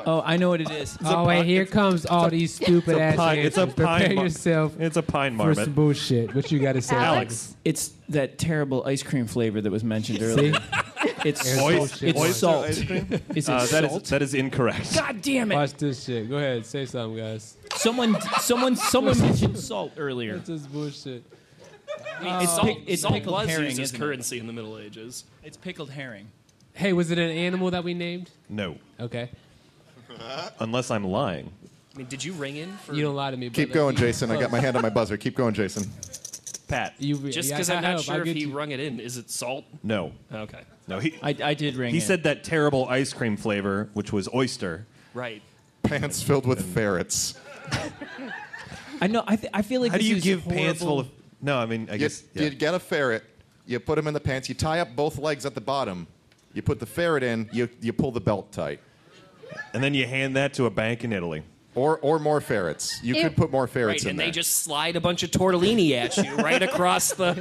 E: Oh, I know what it is. Um,
A: Oh wait, here comes all these stupid ass
B: Pine,
A: answers.
B: it's a
A: Prepare
B: pine. Mar-
A: yourself
B: it's a pine
A: for some
B: marmot.
A: bullshit. What you got to say,
B: Alex.
E: It's that terrible ice cream flavor that was mentioned
A: See,
E: earlier. It's
A: There's
B: Oyster-
A: bullshit.
E: it's
A: Oyster
E: salt.
B: ice cream?
E: Is it
B: Uh, that
E: salt?
B: is that is incorrect.
E: God damn it!
A: Watch this shit. Go ahead, say something, guys.
E: Someone, someone, someone mentioned salt earlier.
A: This is bullshit.
E: It's,
G: Salt,
E: pic- it's
G: salt
E: pickled
G: was
E: herring,
G: used as
E: isn't it?
G: currency in the Middle Ages.
E: It's pickled herring.
A: Hey, was it an animal that we named?
B: No,
A: Okay,
B: unless I'm lying.
G: I mean, did you ring in for?
A: you don't lie to me.
D: Keep
A: brother.
D: going,
A: You-
D: Jason. I got my hand on my buzzer. Keep going, Jason.
B: Pat.
A: You, you-
G: just
A: yeah,
G: because
A: I
G: I'm not
A: help. I
G: sure if
A: get
G: he
A: you.
G: rung it in. Is it salt?
B: No.
G: Okay.
B: No. He.
E: I, I did ring.
B: He
E: it.
B: said that terrible ice cream flavor, which was oyster.
G: Right.
D: Pants filled with ferrets.
E: I know. I, th- I feel like
B: How do
E: this
B: you
E: is
B: give pants full
E: horrible.
B: of? No, I mean, I
D: You,
B: guess. yeah.
D: you get a ferret, you put him in the pants, you tie up both legs at the bottom, you put the ferret in, you, you pull the belt tight.
B: And then you hand that to a bank in Italy.
D: Or, or more ferrets. You
C: Ew.
D: could put more
G: Right,
D: ferrets in
G: and
D: there.
G: they just slide a bunch of tortellini at you right across the,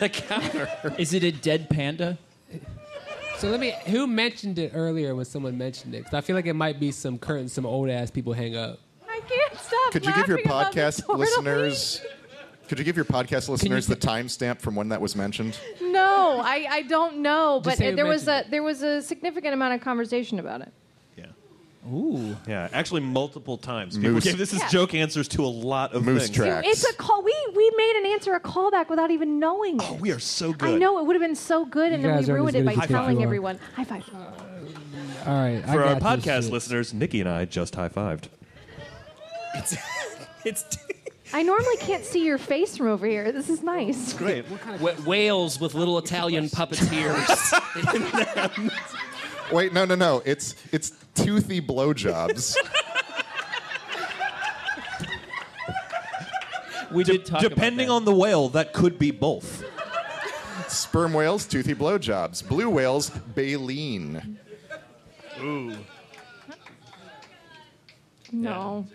G: the counter.
E: Is it a dead panda?
A: So let me. Who mentioned it earlier when someone mentioned it? Because I feel like it might be some current, some old ass people hang up.
C: I can't stop.
D: could you give your
C: laughing about the
D: podcast
C: tortellini.
D: listeners? Could you give your podcast listeners the timestamp from when that was mentioned?
C: No, I, I don't know, but
A: say
C: it-
A: you
C: there was a
A: mentioned
C: there was a significant amount of conversation about it.
B: Yeah.
E: Ooh.
B: Yeah, actually, multiple times. People
D: Moose.
B: gave this as
C: Yeah.
B: joke answers to a lot of
D: Moose
B: things.
D: trap. Facts.
C: It's a call. We we made an answer a callback without even knowing it.
B: Oh, we are so good.
C: I know it would have been so good, and then
A: guys
C: we
A: aren't
C: ruined
A: as
C: it
A: good
C: by
A: as you think
C: telling
A: you are.
C: everyone. High five.
A: All right, I
B: For our
A: got this
B: podcast
A: shit.
B: listeners, Nikki and I just high fived.
G: It's, it's
C: I normally can't see your face from over here. This is nice.
D: Great.
G: Wh- whales with little Italian puppeteers.
F: Wait, no, no, no. It's it's toothy blowjobs.
E: We did talk
B: Depending on the whale, that could be both.
F: Sperm whales, toothy blowjobs. Blue whales, baleen.
C: No.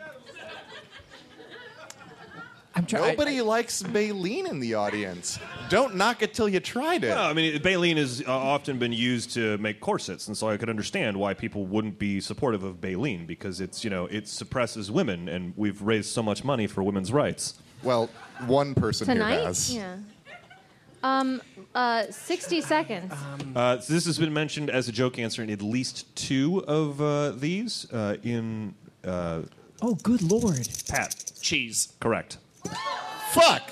E: I'm trying.
F: Nobody likes baleen in the audience. Don't knock it till you tried it.
B: No, I mean, baleen has uh, often been used to make corsets, and so I could understand why people wouldn't be supportive of baleen because it's, you know, it suppresses women, and we've raised so much money for women's rights.
F: Well, one person here
C: Tonight?
F: has.
C: Yeah. Um, uh, 60 seconds.
B: Uh, so this has been mentioned as a joke answer in at least two of uh, these. Uh, in uh,
E: oh, good lord!
B: Pat,
G: Cheese.
B: correct.
F: Fuck.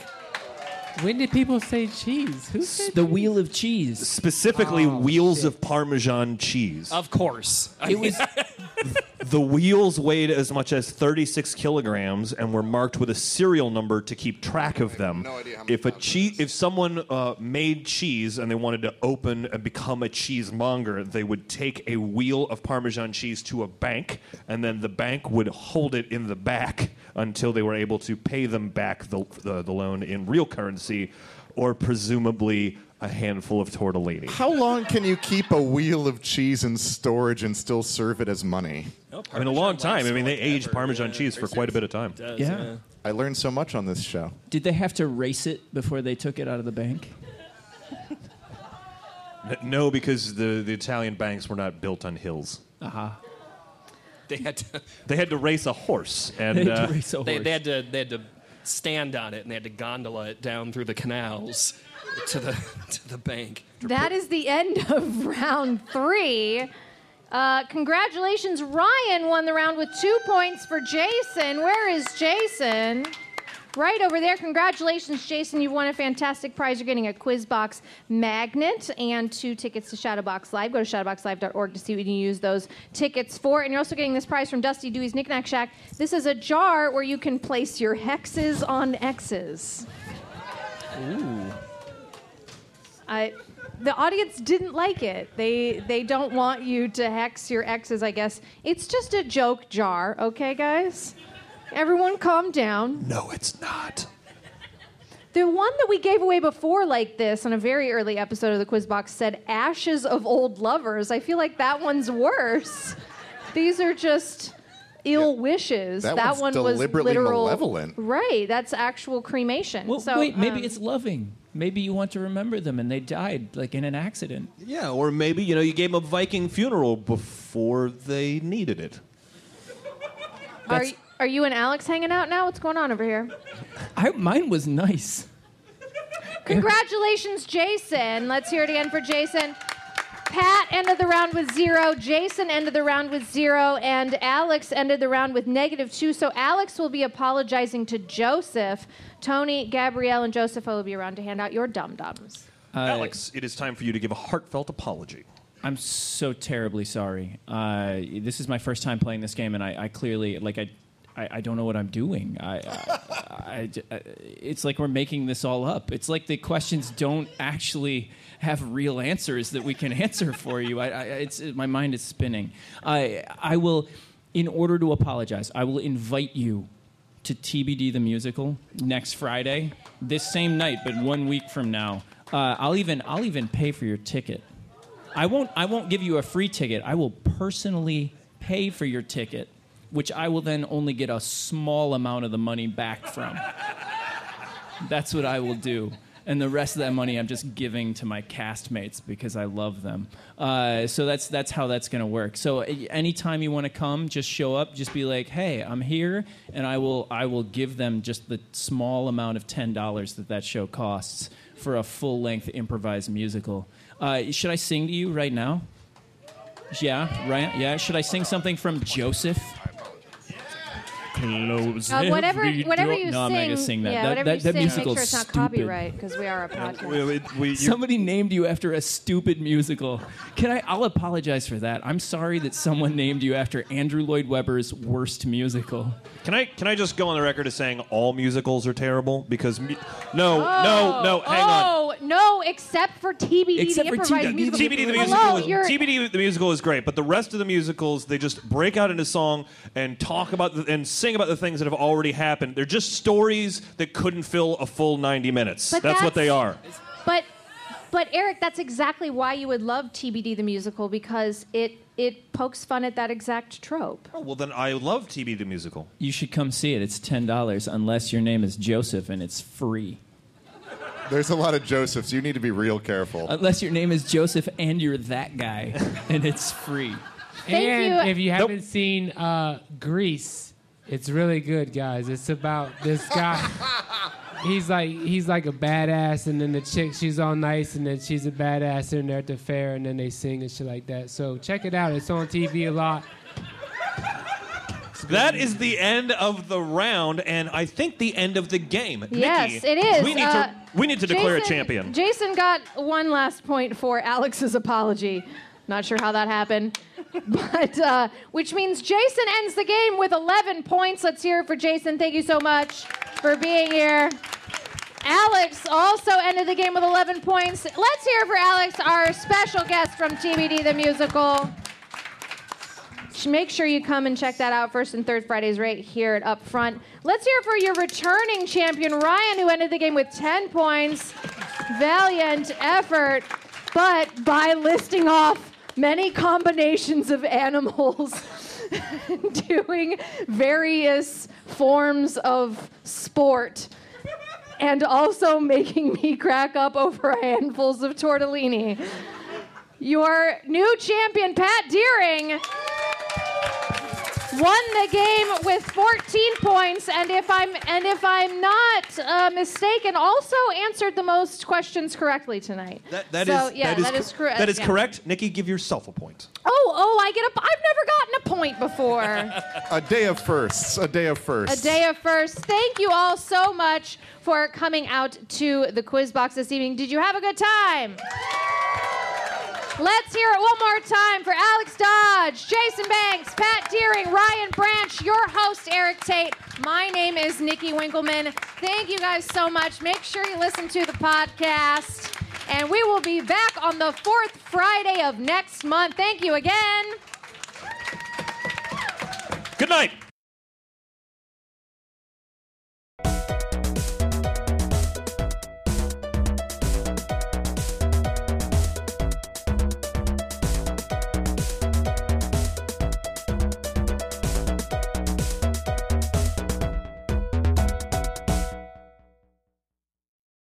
A: When did people say cheese? Who said
E: The wheel of cheese.
B: Specifically, wheels of Parmesan cheese.
G: Of course.
E: It was
B: The wheels weighed as much as 36 kilograms and were marked with a serial number to keep track of them.
F: no idea how many
B: if a
F: pounds
B: cheese, if someone uh, made cheese and they wanted to open and become a cheesemonger, they would take a wheel of Parmesan cheese to a bank, and then the bank would hold it in the back until they were able to pay them back the the, the loan in real currency, or presumably a handful of tortellini.
F: How long can you keep a wheel of cheese in storage and still serve it as money?
B: I mean, a long time. I mean, they age Parmesan cheese for quite a bit of time.
E: yeah.
F: I learned so much on this show.
E: Did they have to race it before they took it out of the bank?
B: N- No, because the, the Italian banks were not built on hills.
G: They had to.
B: They had to race a horse,
E: They
B: and
E: had
B: uh,
E: to race a
G: They,
E: horse.
G: they had to. They had to stand on it, and they had to gondola it down through the canals to the to the bank.
C: That is the end of round three. Uh, congratulations, Ryan won the round with two points for Jason. Where is Jason? Right over there. Congratulations, Jason. You've won a fantastic prize. You're getting a quiz box magnet and two tickets to Shadowbox Live. Go to shadowboxlive.org to see what you can use those tickets for. And you're also getting this prize from Dusty Dewey's Knickknack Shack. This is a jar where you can place your hexes on X's. I, the audience didn't like it. They they don't want you to hex your exes. I guess it's just a joke jar. Okay, guys, everyone, calm down.
B: no, it's not.
C: The one that we gave away before, like this, on a very early episode of the Quiz Box, said "ashes of old lovers." I feel like that one's worse. These are just ill wishes.
F: that
C: That,
F: one's
C: one was
F: deliberately
C: literal,
F: malevolent.
C: Right. That's actual cremation.
E: Well,
C: so
E: wait, maybe
C: um,
E: it's loving. Maybe you want to remember them, and they died like in an accident.
B: Yeah, or maybe you know you gave them a Viking funeral before they needed it.
C: Are,
E: that's-
C: are you and Alex hanging out now? What's going on over here?
E: I, mine was nice.
C: Congratulations, Jason. Let's hear it again for Jason. Pat ended the round with zero. Jason ended the round with zero. And Alex ended the round with negative two. So Alex will be apologizing to Joseph. Tony, Gabrielle, and Joseph will be around to hand out your Uh, dum dums.
B: Alex, it is time for you to give a heartfelt apology.
E: I'm so terribly sorry. Uh, this is my first time playing this game, and I, I clearly like I, I, I don't know what I'm doing. I, I, I j- I- it's like we're making this all up. It's like the questions don't actually have real answers that we can answer for you. I, I it's my mind is spinning. I, I will, in order to apologize, I will invite you to TBD the musical next Friday, this same night, but one week from now. Uh, I'll even I'll even pay for your ticket. I won't I won't give you a free ticket. I will personally pay for your ticket, which I will then only get a small amount of the money back from. That's what I will do. And the rest of that money I'm just giving to my castmates because I love them. Uh, so that's that's how that's going to work. So a- anytime you want to come, just show up. Just be like, "Hey, I'm here," and I will I will give them just the small amount of ten dollars that that show costs for a full length improvised musical. Uh, should I sing to you right now? Yeah, right. Yeah. Should I sing something from Joseph?
B: close.
C: Uh, whatever,
B: every
C: whatever
B: door-
C: you
E: No, I'm
C: sing,
E: not gonna sing that.
C: yeah,
E: That-
C: whatever
E: that-
C: you
E: that
C: sing, make sure
E: musical's
C: it's not
E: stupid.
C: copyright because we are a podcast.
B: We- we- we- you-
E: Somebody named you after a stupid musical. Can I? I'll apologize for that. I'm sorry that someone named you after Andrew Lloyd Webber's worst musical.
B: Can I can I just go on the record as saying all musicals are terrible? Because mu- no, no, no. Hang on.
C: oh, no, except for TBD,
E: Except
C: the
E: for
C: improvised
E: TBD.
C: musical.
B: TBD the musical.
C: Hello,
B: is,
C: you're-
B: TBD the musical is great, but the rest of the musicals they just break out into song and talk about the, and sing about the things that have already happened. They're just stories that couldn't fill a full ninety minutes.
C: But
B: what
C: that's-
B: they are.
C: But, but Eric, that's exactly why you would love TBD the musical because it it pokes fun at that exact trope.
B: Oh, well, then I love TBD the musical.
E: You should come see it. It's ten dollars, unless your name is Joseph and it's free.
F: There's a lot of Josephs. You need to be real careful.
E: Unless your name is Joseph and you're that guy and it's free.
C: Thank
A: and
C: you.
A: if you haven't seen uh, Grease, it's really good, guys. It's about this guy. he's like he's like a badass, and then the chick she's all nice, and then she's a badass, and they're at the fair, and then they sing and shit like that. So check it out. It's on TV a lot.
B: That is the end of the round, and I think the end of the game.
C: Yes,
B: Nikki,
C: it is.
B: We need
C: Uh,
B: to we need to declare a
C: Jason-
B: champion.
C: Jason got one last point for Alex's apology. Not sure how that happened, but uh, which means Jason ends the game with 11 points. Let's hear it for Jason. Thank you so much for being here. Alex also ended the game with 11 points. Let's hear it for Alex, our special guest from TBD the musical. Make sure you come and check that out. First and third Fridays, right here at Up Front. Let's hear for your returning champion, Ryan, who ended the game with 10 points. Valiant effort, but by listing off many combinations of animals, doing various forms of sport, and also making me crack up over handfuls of tortellini. Your new champion, Pat Deering won the game with 14 points and if i'm and if i'm not uh, mistaken also answered the most questions correctly tonight
B: That, that is
C: so, yeah
B: that is,
C: correct
B: that is correct. Nikki, give yourself a point.
C: oh oh i get a i've never gotten a point before
F: A day of firsts. A day of
C: A
F: firsts.
C: day of firsts. Thank you all so much for coming out to the quiz box this evening. Did you have a good time? Let's hear it one more time for Alex Dodge, Jason Banks, Pat Deering, Ryan Branch, your host, Eric Tate. My name is Nikki Winkleman. Thank you guys so much. Make sure you listen to the podcast. And we will be back on the fourth Friday of next month. Thank you again.
B: Good night.